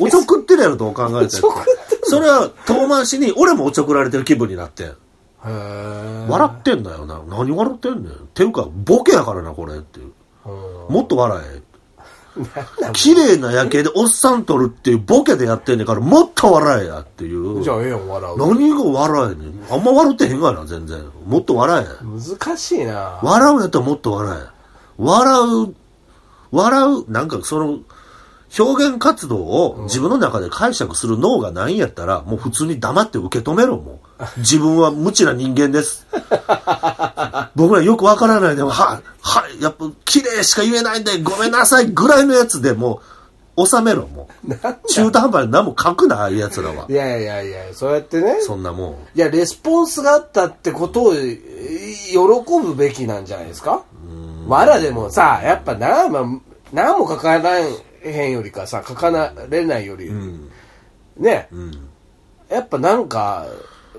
A: おちょくってるやろ、どう考えて
B: おちょくって
A: それは遠回しに、俺もおちょくられてる気分になってん。
B: へー
A: 笑ってんだよな。何笑ってんねん。ていうか、ボケやからな、これっていう。
B: うん
A: もっと笑え。綺麗な夜景でおっさん撮るっていうボケでやってんねんから、もっと笑えやっていう。
B: じゃあええやん笑う。
A: 何が笑えねん。あんま笑ってへんがな、全然。もっと笑え。
B: 難しいな。
A: 笑うんやったらもっと笑え。笑う、笑う、なんかその、表現活動を自分の中で解釈する脳がないんやったら、もう普通に黙って受け止めろ、もう。自分は無知な人間です。僕らよくわからないでも、は、は、やっぱ綺麗しか言えないんで、ごめんなさいぐらいのやつでもう、収めろ、もう。中途半端に何も書くな、ああいうやつらはい
B: やいやいやいや、そうやってね。
A: そんなもん。
B: いや、レスポンスがあったってことをえ喜ぶべきなんじゃないですかわらでもさ、やっぱな、まあ、何も書かないへんよりかさ、書かなれないより、
A: うん。
B: ね、
A: うん。
B: やっぱなんか、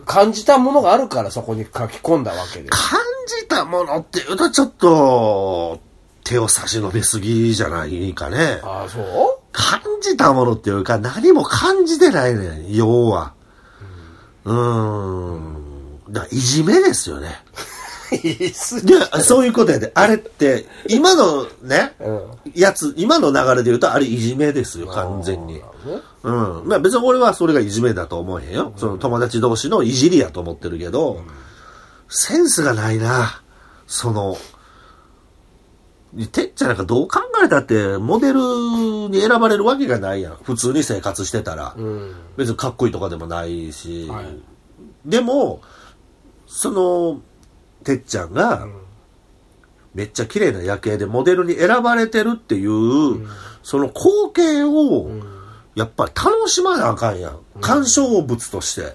B: 感じたものがあるからそこに書き込んだわけで。
A: 感じたものっていうとちょっと手を差し伸べすぎじゃないかね。
B: ああ、そ
A: 感じたものっていうか何も感じてないねん、要は。うーん。だからいじめですよね。
B: ういいっす
A: で、そういうことやで。あれって、今のね、
B: うん
A: やつ、今の流れで言うとあれいじめですよ、完全に。うん。まあ別に俺はそれがいじめだと思えへんよ。その友達同士のいじりやと思ってるけど、センスがないな。その、てっちゃんなんかどう考えたって、モデルに選ばれるわけがないやん。普通に生活してたら。
B: うん。
A: 別にかっこいいとかでもないし。
B: はい
A: でも、その、てっちゃんが、
B: ん
A: めっちゃ綺麗な夜景でモデルに選ばれてるっていう、その光景を、やっぱり楽しまなあかんやん。鑑賞物として。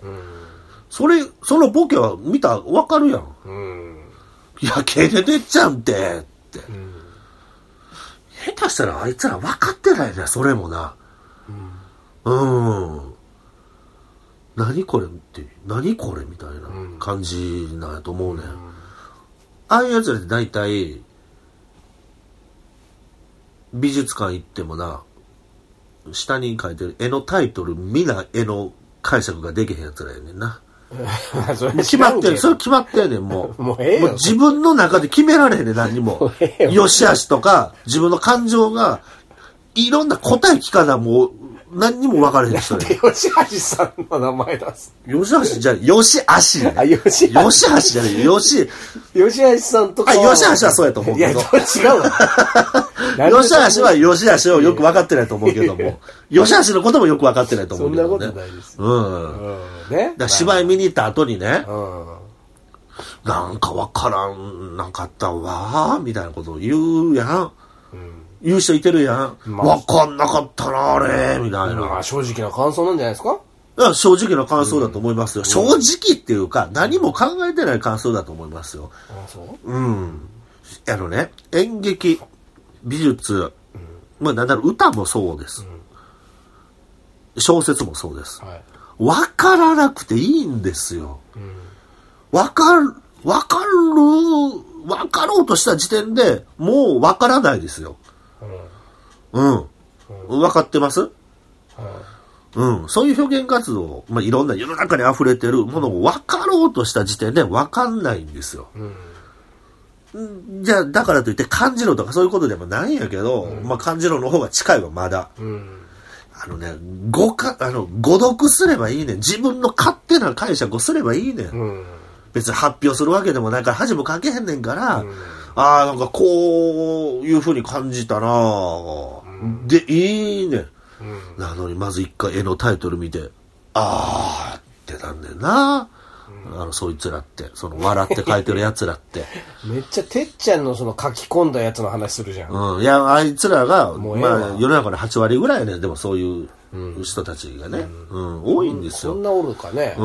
A: それ、そのボケは見たらわかるやん。
B: うん。
A: 夜景でてっちゃんって、って。下手したらあいつら分かってないね、それもな。うん。何これって、何これみたいな感じなんやと思うね。ああいうやつらって大体、美術館行ってもな、下に書いてる絵のタイトル、皆絵の解釈ができへんやつらやねんな。
B: それ
A: 決まってる、それ決まってんねん、もう。
B: もうええよ
A: も自分の中で決められへんねん、何にも
B: もうえ。えよ
A: よし悪しとか、自分の感情が、いろんな答え聞かな、もう、何にも分かれへん人 やねん
B: で 吉橋さんの名前出す。
A: よし悪しじゃない、よし悪しね。
B: あよし
A: よし悪しじゃない、よし、
B: 吉橋さんとか。
A: あ吉橋はそうやと思う
B: い
A: けど
B: や、違 うわ。なんで
A: よし悪しはよし悪しをよく分かってないと思うけど も、よし悪しのこともよく分かってないと思うけどね。
B: そんなことないです
A: うん。
B: うんね。
A: だから芝居見に行った後にね、
B: うん。
A: なんかわからん、なんかあったわー、みたいなことを言うやん。言う人いてるやん。
B: まあ
A: わかんなかったな、あれ、みたい
B: ま
A: な。
B: あ、正直な感想なんじゃないですか
A: だから正直な感想だと思いますよ。正直っていうか、何も考えてない感想だと思いますよ。
B: あそう
A: うん。あのね、演劇、美術、まあなんだろう、歌もそうです。小説もそうです。
B: はい。
A: わからなくていいんですよ。
B: ん
A: わかる、わかる、わかろうとした時点でもうわからないですよ。うん。わかってますうん。そういう表現活動、まあ、いろんな世の中に溢れてるものをわかろうとした時点でわかんないんですよ。
B: うん。
A: んじゃあ、だからといって感じろとかそういうことでもないんやけど、まあ、感じろの方が近いわ、まだ。
B: うん。
A: あのね、誤か、あの、誤読すればいいねん。自分の勝手な解釈をすればいいねん。
B: うん。
A: 別に発表するわけでもないから恥もかけへんねんから、ああなんかこういうふうに感じたなあ、でいいねんなのにまず一回絵のタイトル見てああってなんねんな、あのそいつらってその笑って書いてるやつらって、
B: めっちゃてっちゃんのその書き込んだやつの話するじゃん。
A: うん、いやあいつらが、
B: もうええわ
A: まあ、世の中の8割ぐらいやねんでもそういう人たちがね、うん多いんです
B: そ
A: よ、
B: んなおるかね。
A: うん、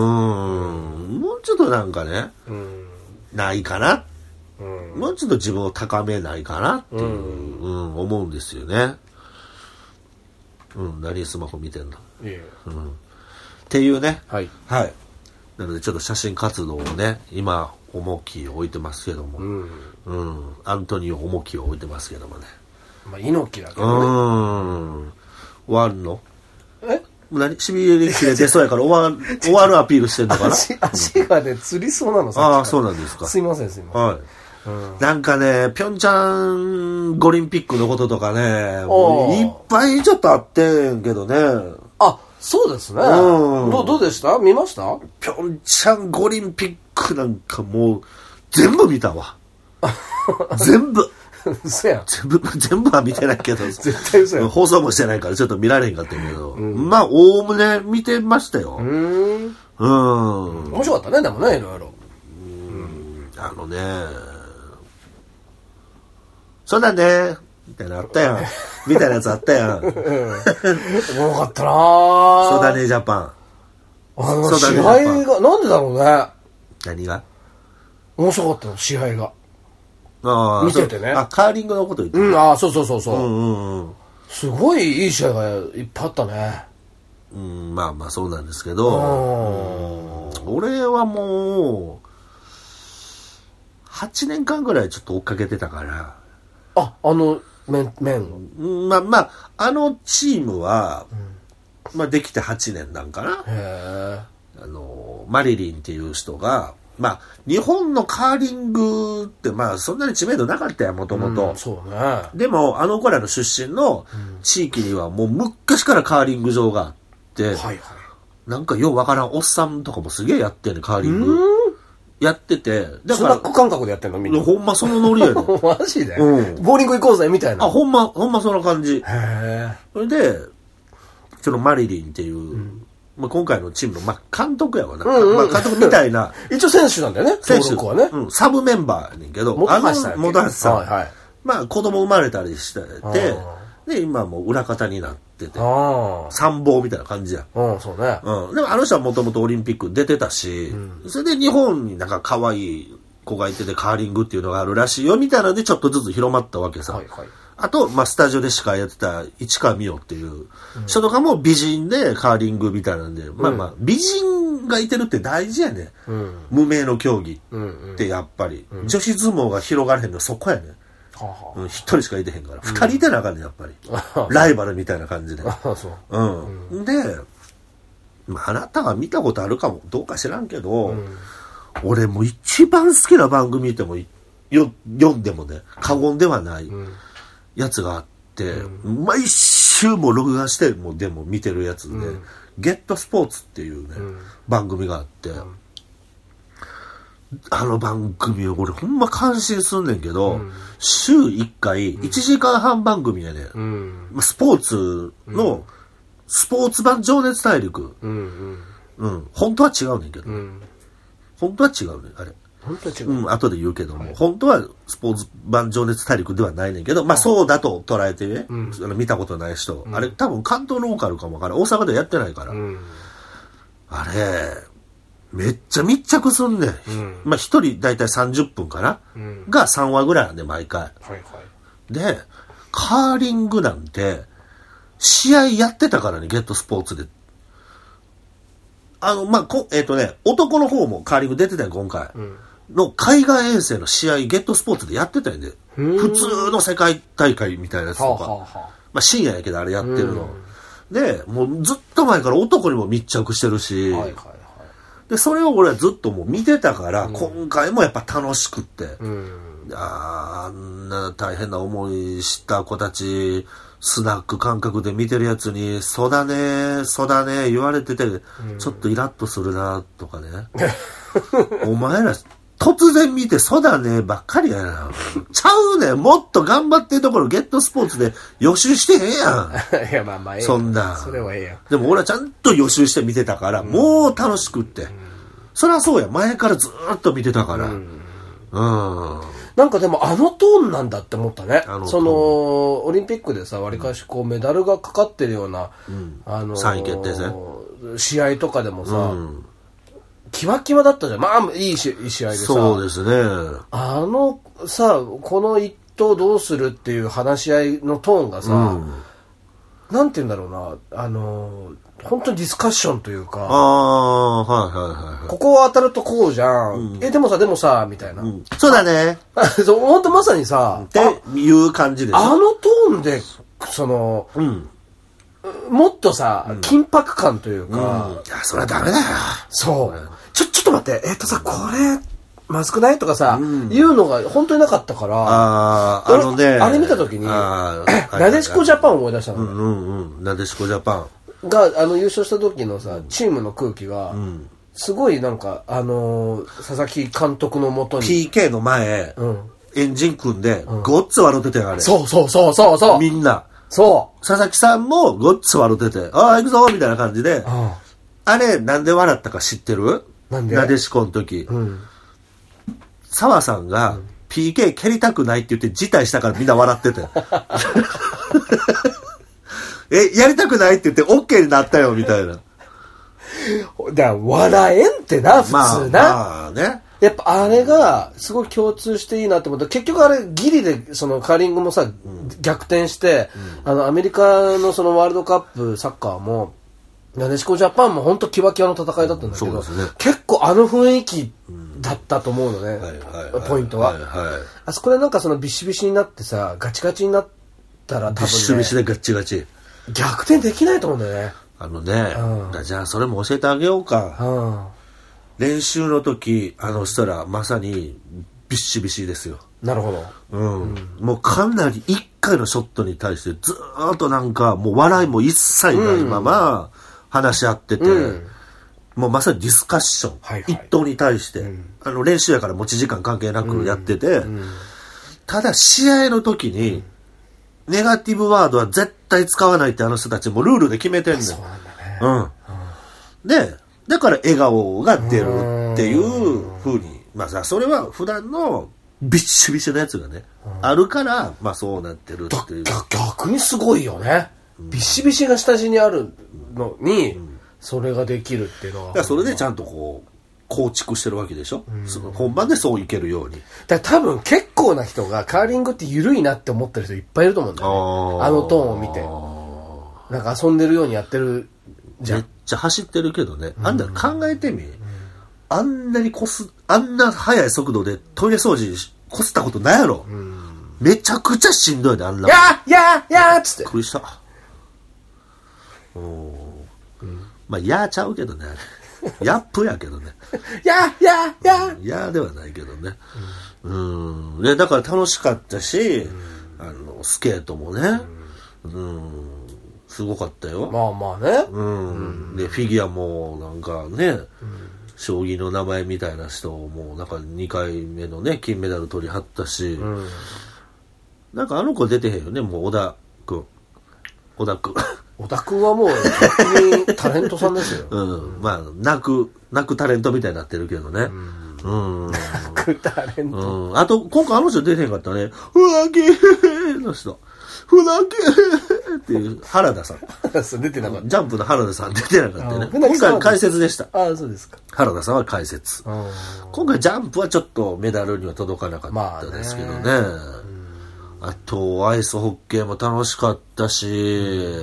A: もうちょっとなんかね
B: うん。
A: ないかな
B: うん。
A: もうちょっと自分を高めないかなっていう、うん思うんですよね。うん、何スマホ見てんの。っ
B: いえ。
A: ていうね。
B: はい。
A: はい。なのでちょっと写真活動をね、今、重きを置いてますけども、うん、
B: うん。
A: アントニオ重きを置いてますけどもね。
B: まあ、猪木だけ
A: うー
B: どね。
A: ん。終わるの
B: え
A: 何しびれ切れてそうやから終わる、終わるアピールしてんの かな
B: 足、足がね、釣りそうなのさっきから
A: ああ、そうなんですか。
B: すいません、すいません。
A: はい。なんかね、ピョンチャンオリンピックのこととかね、もういっぱいちょっとあってんけどね、
B: あ、そうですね。
A: うん
B: どうどうでした見ました
A: ピョンチャンオリンピックなんかもう、全部見た わ。全部。
B: 嘘やん。
A: 全部、全部は見てないけど、
B: 絶対嘘やん。う
A: 放送もしてないからちょっと見られへんかったけど、まあ、おおむね見てましたよ。
B: ーん。
A: うん。
B: 面白かったね、でもね、いろいろ。
A: あのね、そうだね、みたいなのあったやん。 みたいなやつあったやん。
B: おもろかったなぁ。
A: そうだね、ジャパン。
B: あの、
A: そうだ
B: 支
A: ね
B: 配が、なんでだろうね。
A: 何が
B: 面白かったの、支配が。
A: あー
B: 見ててね
A: そうあ、カーリングのこと言って
B: う
A: る。
B: ん、ああ、そうそうそうそうう。
A: んうんうん。
B: すごいいい試合がいっぱいあったね。
A: うん、まあまあそうなんですけ
B: う
A: ど、
B: ん。
A: 俺はもう、8年間ぐらいちょっと追っかけてたから、
B: あ、あの、面、面。
A: うんまあまあ、あのチームは、まあできて8年なんかな。
B: へえ。
A: あの、マリリンっていう人が、まあ、日本のカーリングって、まあ、そんなに知名度なかったやん、もともと。
B: そうね。
A: でも、あの子らの出身の地域には、もう昔からカーリング場があって、
B: はいはい。
A: なんかようわからんおっさんとかもすげえやってんねんカーリング。やってて、だ
B: スナッ
A: か
B: ク感覚でやってんのみん
A: ら、
B: な。
A: ほんまそのノリやね ん。
B: マジで
A: うん
B: ボーリング行こうぜ、みたい
A: あ、
B: な。
A: ほんま、ほんまその感じ。
B: へ
A: それで、そのマリリンっていう、まあ、今回のチームの、まあ、監督やわな。
B: うんうん
A: まあ、監督みたいな。
B: え。一応選手なんだよね、
A: 選手
B: 登録はね。
A: うん、サブメンバーやねんけど、
B: 元橋さんや
A: あ
B: っ
A: の
B: け。
A: 元橋さん、
B: はいはい。
A: まあ子供生まれたりしてて
B: あ、
A: で、今もう裏方になってて、
B: あ
A: 参謀みたいな感じやん。
B: あ。うん、そうね。
A: うん。でもあの人はもともとオリンピック出てたし、それで日本になんか可愛い子がいててカーリングっていうのがあるらしいよみたいなのでちょっとずつ広まったわけさ。
B: はいはい。
A: あと、まあ、スタジオで司会やってた市川美桜っていう人とかも美人でカーリングみたいなんで、まあまあ、美人がいてるって大事やね。
B: うん。
A: 無名の競技
B: うんうん。
A: ってやっぱり、女子相撲が広がれへんのそこやね、
B: はあは
A: うん、一人しかいてへんから。二人いてなあかんねんやっぱり。
B: あ
A: ライバルみたいな感 じで。
B: ああ そう
A: うん。で、まあ、あなたが見たことあるかも、どうか知らんけど、俺もう一番好きな番組でもい、よ、読んでもね、過言ではないやつがあって、毎週も録画して、もうでも見てるやつで、ゲットスポーツっていうね、番組があって、あの番組を俺ほんま感心すんねんけど、週1回1時間半番組やね、
B: うん
A: まあスポーツの、スポーツ版情熱大陸。
B: うんうん
A: うん。本当は違うねんけど。
B: うん
A: 本当は違うねん、あれ。
B: 本当は違う、
A: うん、後で言うけども、本当はスポーツ版情熱大陸ではないねんけど、まあそうだと捉えてね、あの見たことない人、あれ多分関東ローカルかもわからん。大阪ではやってないから。
B: うん
A: あれ、めっちゃ密着すんねん。まあ一人だいたい30分かな、
B: うん
A: が3話ぐらいなんで、毎回。
B: はいはい
A: で、カーリングなんて、試合やってたからね、ゲットスポーツで。あの、まあ、こ、えっ、とね、男の方もカーリング出てたよ、今回。の海外遠征の試合、ゲットスポーツでやってたんで。普通の世界大会みたいなやつ
B: はあ
A: と
B: は
A: か。
B: あは
A: まあ、深夜やけど、あれやってるの。で、もうずっと前から男にも密着してるし、
B: あはいはいは
A: で、それを俺はずっともう見てたから、今回もやっぱ楽しくって。
B: いうん
A: あーあんな大変な思いした子たち、スナック感覚で見てるやつに、そうだねー、そうだねー言われてて、ちょっとイラッとするなと かね。お前ら、突然見て、そうだねーばっかりやな。ちゃうねんもっと頑張ってるところ、ゲットスポーツで予習してへんやん。
B: いやまあまあええよ
A: そんな
B: それはええやん
A: でも俺はちゃんと予習して見てたから、もう楽しくって。そりゃそうや、前からずーっと見てたから。うん
B: なんかでもあのトーンなんだって思ったね
A: あのトー。ン
B: その、オリンピックでさ、わりかしこうメダルがかかってるような、あのー
A: 三位決定
B: 試合とかでもさ、キワキワだったじゃん。まあ、いいし試合でさ
A: そう、ですね。
B: あのさ、この一投どうするっていう話し合いのトーンがさ、なんて言うんだろうな、あのー本当にディスカッションというか、
A: ああ、はいはいはいは
B: ここを当たるとこうじゃん。え、でもさ、でもさ、みたいな。
A: い。そうだね。
B: そう本当まさにさ、
A: っていう感じです。
B: あのトーンで、その、
A: うん。
B: もっとさ、緊迫感というか、
A: いや、そりゃダメだよ。
B: そう。ちょ、ちょっと待って、えっ、とさ、これ、まずくないとかさ、言うのが本当になかったから、
A: ああ、あ
B: 俺
A: のね。
B: あれ見た時に
A: あー
B: なでしこジャパンを思い出した
A: う
B: の、
A: んうんうん。なでしこジャパン。
B: が、あの、優勝した時のさ、チームの空気が、すごいなんか、あのー佐々木監督のもとに、
A: PK の前、
B: うん。
A: エンジン組んで、ごっつ笑っててあれ。
B: そうそうそうそうそう
A: みんな。
B: そ
A: 佐々木さんもごっつ笑ってて、ああ、行くぞみたいな感じで
B: う。、あ
A: あれ、なんで笑ったか知ってる
B: なんで
A: なでしこの時
B: あ。うん。
A: 澤さんが PK 蹴りたくないって言って辞退したからみんな笑ってて。え、やりたくないって言って OK になったよみたいな。
B: だから、笑えんってな、普通な。
A: まあ、まあね。
B: やっぱあれがすごい共通していいなって思った結局あれギリでそのカーリングもさ、逆転して、あのアメリカのそのワールドカップサッカーもなでしこジャパンも本当キワキワの戦いだったんだけど、
A: うんそうですね
B: 結構あの雰囲気だったと思うのね、
A: はいはいはい
B: ポイントは、
A: はいはい
B: あそこでなんかそのビシビシになってさガチガチになったら
A: び
B: 多
A: っし
B: 分、
A: ょ
B: ね
A: びし、ょでガッチガチ。
B: 逆転できないと思うんだよね
A: あのね、じゃあそれも教えてあげよう
B: う
A: か。
B: ん
A: 練習の時、あの、したらまさにびっしびしですよ。
B: なるほど
A: うん。もうかなり一回のショットに対してずーっとなんかもう笑いも一切ないまま話し合ってて、もうまさにディスカッション。
B: はいはい
A: 一投に対して、あの練習やから持ち時間関係なくやってて、ただ試合の時に、ネガティブワードは絶対使わないってあの人たちもルールで決めてんねん。
B: そうなんだね
A: うん。で、だから笑顔が出るっていう風に、まあさ、それは普段のビッシュビシュのやつがね、あるから、まあそうなってる
B: だ
A: っていう。
B: 逆逆にすごいよね、ビシビシが下地にあるのに、それができるっていうのは
A: だからそれでちゃんとこう、構築してるわけでしょ、その本番でそういけるように。
B: だから多分結構な人がカーリングって緩いなって思ってる人いっぱいいると思うんだよね
A: あー
B: あのトーンを見てなんか遊んでるようにやってるじゃ
A: め
B: ん
A: っちゃ走ってるけどね、あんなの考えてみ、あんなにこす、あんな速い速度でトイレ掃除しこすったことないやろ。めちゃくちゃしんどいね、あんな。
B: やーやーやーっつっ。
A: びってくりした。おーまあ、やーちゃうけどね、あれ。やっぷやけどね。
B: やーやーやー
A: やーではないけどね。うん。ね、だから楽しかったし、あの、スケートもね、うん、すごかったよ。
B: まあまあね。
A: うん。で、フィギュアも、なんかね、将棋の名前みたいな人をもう、なんか2回目のね、金メダル取りはったし、
B: うん。
A: なんかあの子出てへんよね、もう小田くん。小田くん。。
B: 小田君はもう、逆にタレントさんですよ
A: うん。まあ、泣く、泣くタレントみたいになってるけどね。うん。うん。
B: タレント。
A: あと、今回あの人出てへんかったね。ふらけーの人。ふらけーっていう原田さん。
B: そう出てなかっ
A: ジャンプの原田さん出てなかったよね
B: あ。船
A: 今
B: 木さんは
A: 回解説でした。
B: た。ああ、そうですか。
A: 原田さんは解説。
B: あ
A: 今回ジャンプはちょっとメダルには届かなかったですけどね。
B: ま
A: あと、アイスホッケーも楽しかったし、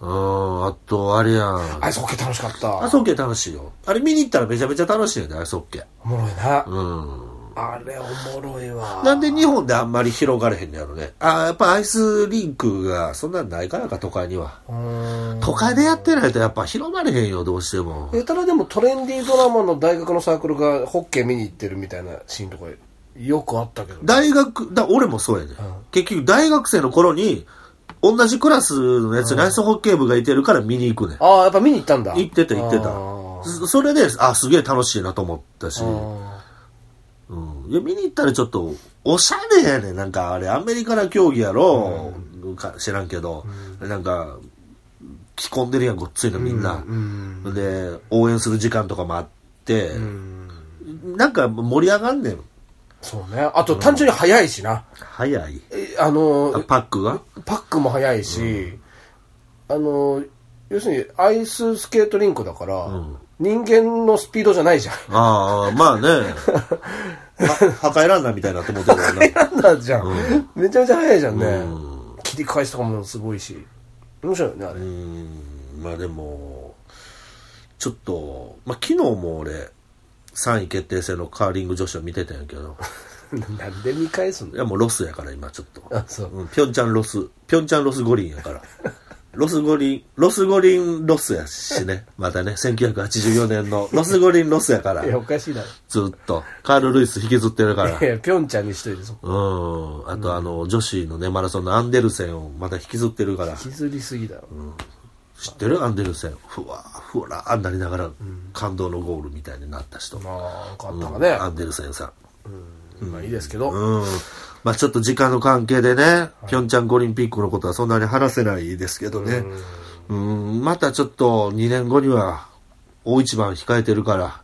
A: うん、あと、あれやん。
B: あ、そっけ楽しかった。
A: アイスホッケー楽しいよ。あれ見に行ったらめちゃめちゃ楽しいよね、アイスホッケー。
B: おもろいな。
A: うん。
B: あれおもろいわ。
A: なんで日本であんまり広がれへんのやろね。あーやっぱアイスリンクがそんなんないからか、都会には。
B: うーん。
A: 都会でやってないとやっぱ広まれへんよ、どうしても。
B: えただでもトレンディードラマの大学のサークルがホッケー見に行ってるみたいなシーンとかよくあったけど。
A: 大学、だ俺もそうやね、
B: ん
A: 結局大学生の頃に、同じクラスのやつにアイスホッケー部がいてるから見に行くねん。
B: ああ、やっぱ見に行ったんだ。
A: 行ってた行って
B: あ
A: た。
B: ー
A: そそれで、あ、すげえ楽しいなと思ったし。
B: あ
A: うん、いや見に行ったらちょっとおしゃれやねんなんかあれアメリカの競技やろ、か知らんけど、なんか着込んでるやんごっついのみんな
B: ー、うん。
A: で応援する時間とかもあって、
B: うん。
A: なんか盛り上がんねん
B: そうね。あと単純に早いしな。
A: 早い
B: えあの
A: あパックが
B: パックも早いし、あの要するにアイススケートリンクだから、
A: ん
B: 人間のスピードじゃないじゃん。
A: ああまあ ねは破壊ランナーみたいになって思ってるからな
B: なんだじゃん,、めちゃめちゃ早いじゃんね、
A: う
B: 切り返しとかもすごいし面白いよねあれ、
A: うーんまあでもちょっと、まあ、昨日も俺3位決定戦のカーリング女子を見てたんやけど
B: なんで見返すん
A: い
B: だよ
A: やもうロスやから今ちょっと
B: あそう
A: うん、ピョンチャンロス、ピョンチャンロス五輪やから。ロス五輪、ロス五輪ロスやしね。またね、1984年のロス五輪ロスやから
B: い、やおかしいだろ
A: ずっと。カール・ルイス引きずってるから
B: い。やピョンちゃんにしといてそこ
A: うん。あとあの、女子のね、マラソンのアンデルセンをまた引きずってるから。
B: 引きずりすぎだろ、
A: 知ってるアンデルセン。ふわーふらーなりながら、感動のゴールみたいになった人。
B: まあよかった
A: う
B: わ
A: んア
B: ね、
A: ンデルセンさん。
B: まあいいですけど、
A: うん。まあちょっと時間の関係でね、ピョンチャンオリンピックのことはそんなに話せないですけどね。うん、またちょっと2年後には大一番控えてるから、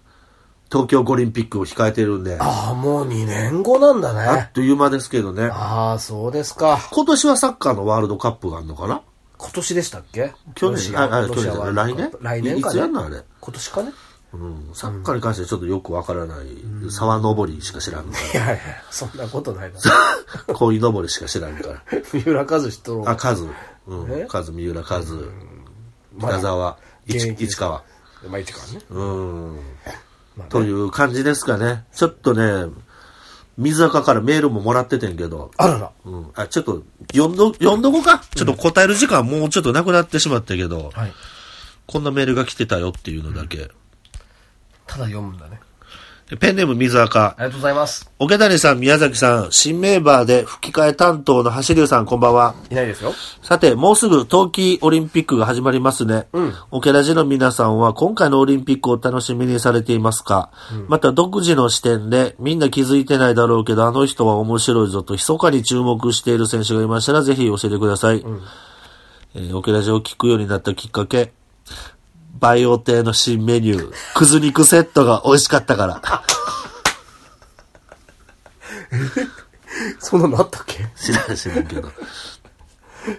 A: 東京五輪ピックを控えてるんで、あ
B: ああもう2年後なんだね
A: っという間ですけどね。
B: ああそうですか
A: 今年はサッカーのワールドカップがあるのかな
B: 今年でしたっけ
A: 去
B: ロシ
A: 年、
B: ア
A: あ、あ
B: ロ
A: 去
B: シ
A: 年
B: ア
A: じゃ
B: ワ
A: な
B: ー
A: い来年
B: ルドカップ来年
A: い
B: か
A: つやん
B: ね
A: のあれ。
B: 今年かね
A: うん、サッカーに関してはちょっとよくわからない、沢登りしか知らんか
B: いやいや そんなことないな
A: ら、鯉登りしか知らんから。
B: 三浦和志と
A: あ、カズ。う
B: え
A: ん。カズ、三浦カズ。
B: だ
A: 北沢、
B: 現
A: 市
B: 役です
A: 市川。
B: まあ一からね
A: うん。
B: まあね
A: という感じですかね。ちょっとね、水垢からメールももらっててんけど。
B: あらら
A: うん。あ、ちょっと、読んど、読んどこうか。ちょっと答える時間もうちょっとなくなってしまったけど、
B: はい
A: こんなメールが来てたよっていうのだけ。
B: ただ読むんだね
A: ペンネーム水垢
B: あ。りがとうございます
A: 桶谷さん、宮崎さん、新メーバーで吹き替え担当の橋流さん、こんばんは。
B: いないですよ
A: さて、もうすぐ冬季オリンピックが始まりますね。オケラジの皆さんは今回のオリンピックを楽しみにされていますか、また独自の視点で、みんな気づいてないだろうけど、あの人は面白いぞと、密かに注目している選手がいましたら、ぜひ教えてください。えーオケラジを聞くようになったきっかけ、バイオ亭の新メニュー、くず肉セットが美味しかったから。
B: そんなのあったっけ
A: 知らん知らんけど。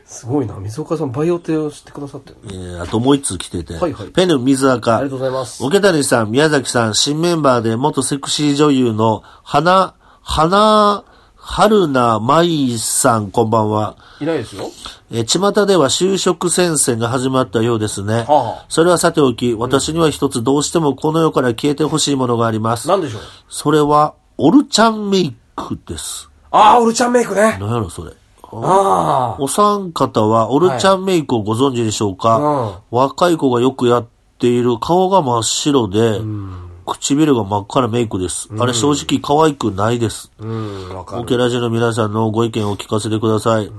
B: すごいな水岡さんバイオテを知ってくださってる
A: えーあともう一通来てて。
B: はいはい
A: ペンネーム水垢。
B: ありがとうございます
A: 桶谷さん、宮崎さん、新メンバーで元セクシー女優の花、花、春名舞さん、こんばんは。
B: いないですよ
A: えー、巷では就職戦線が始まったようですね。
B: ああ
A: それはさておき、私には一つどうしてもこの世から消えてほしいものがあります。
B: なんでしょう
A: それは、オルチャンメイクです。
B: ああ、オルチャンメイクね。
A: 何やろ、それ。
B: ああ。
A: お三方は、オルチャンメイクをご存知でしょうか、
B: は
A: 若い子がよくやっている、顔が真っ白で、唇が真っ赤なメイクです。あれ、正直可愛くないです。
B: うん、わか
A: オ
B: る。
A: ケラジの皆さんのご意見を聞かせてください。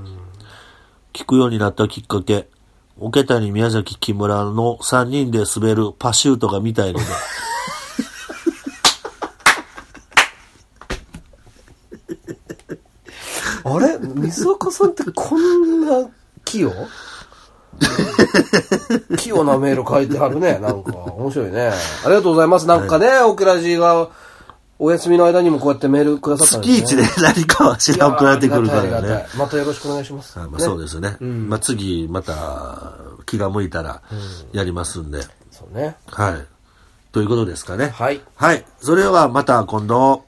A: 聞くようになったきっかけ、オケ谷、宮崎、木村の3人で滑るパシュートが見たい ので。
B: あれ水岡さんってこんな器 用器用なメール書いてあるね。なんか、面白いね。ありがとうございます。なんかね、オケラジが、お休みの間にもこうやってメールくださったん
A: 月一で何かは知らんくなってくるか
B: いやあ
A: ら
B: りがたい
A: ね
B: ありが。たいまたよろしくお願いします。
A: あまあ、そうですね。まあ、次、また、気が向いたら、やりますんで。
B: そうね。
A: はい。ということですかね。
B: はい。
A: はい。それでは、また今度。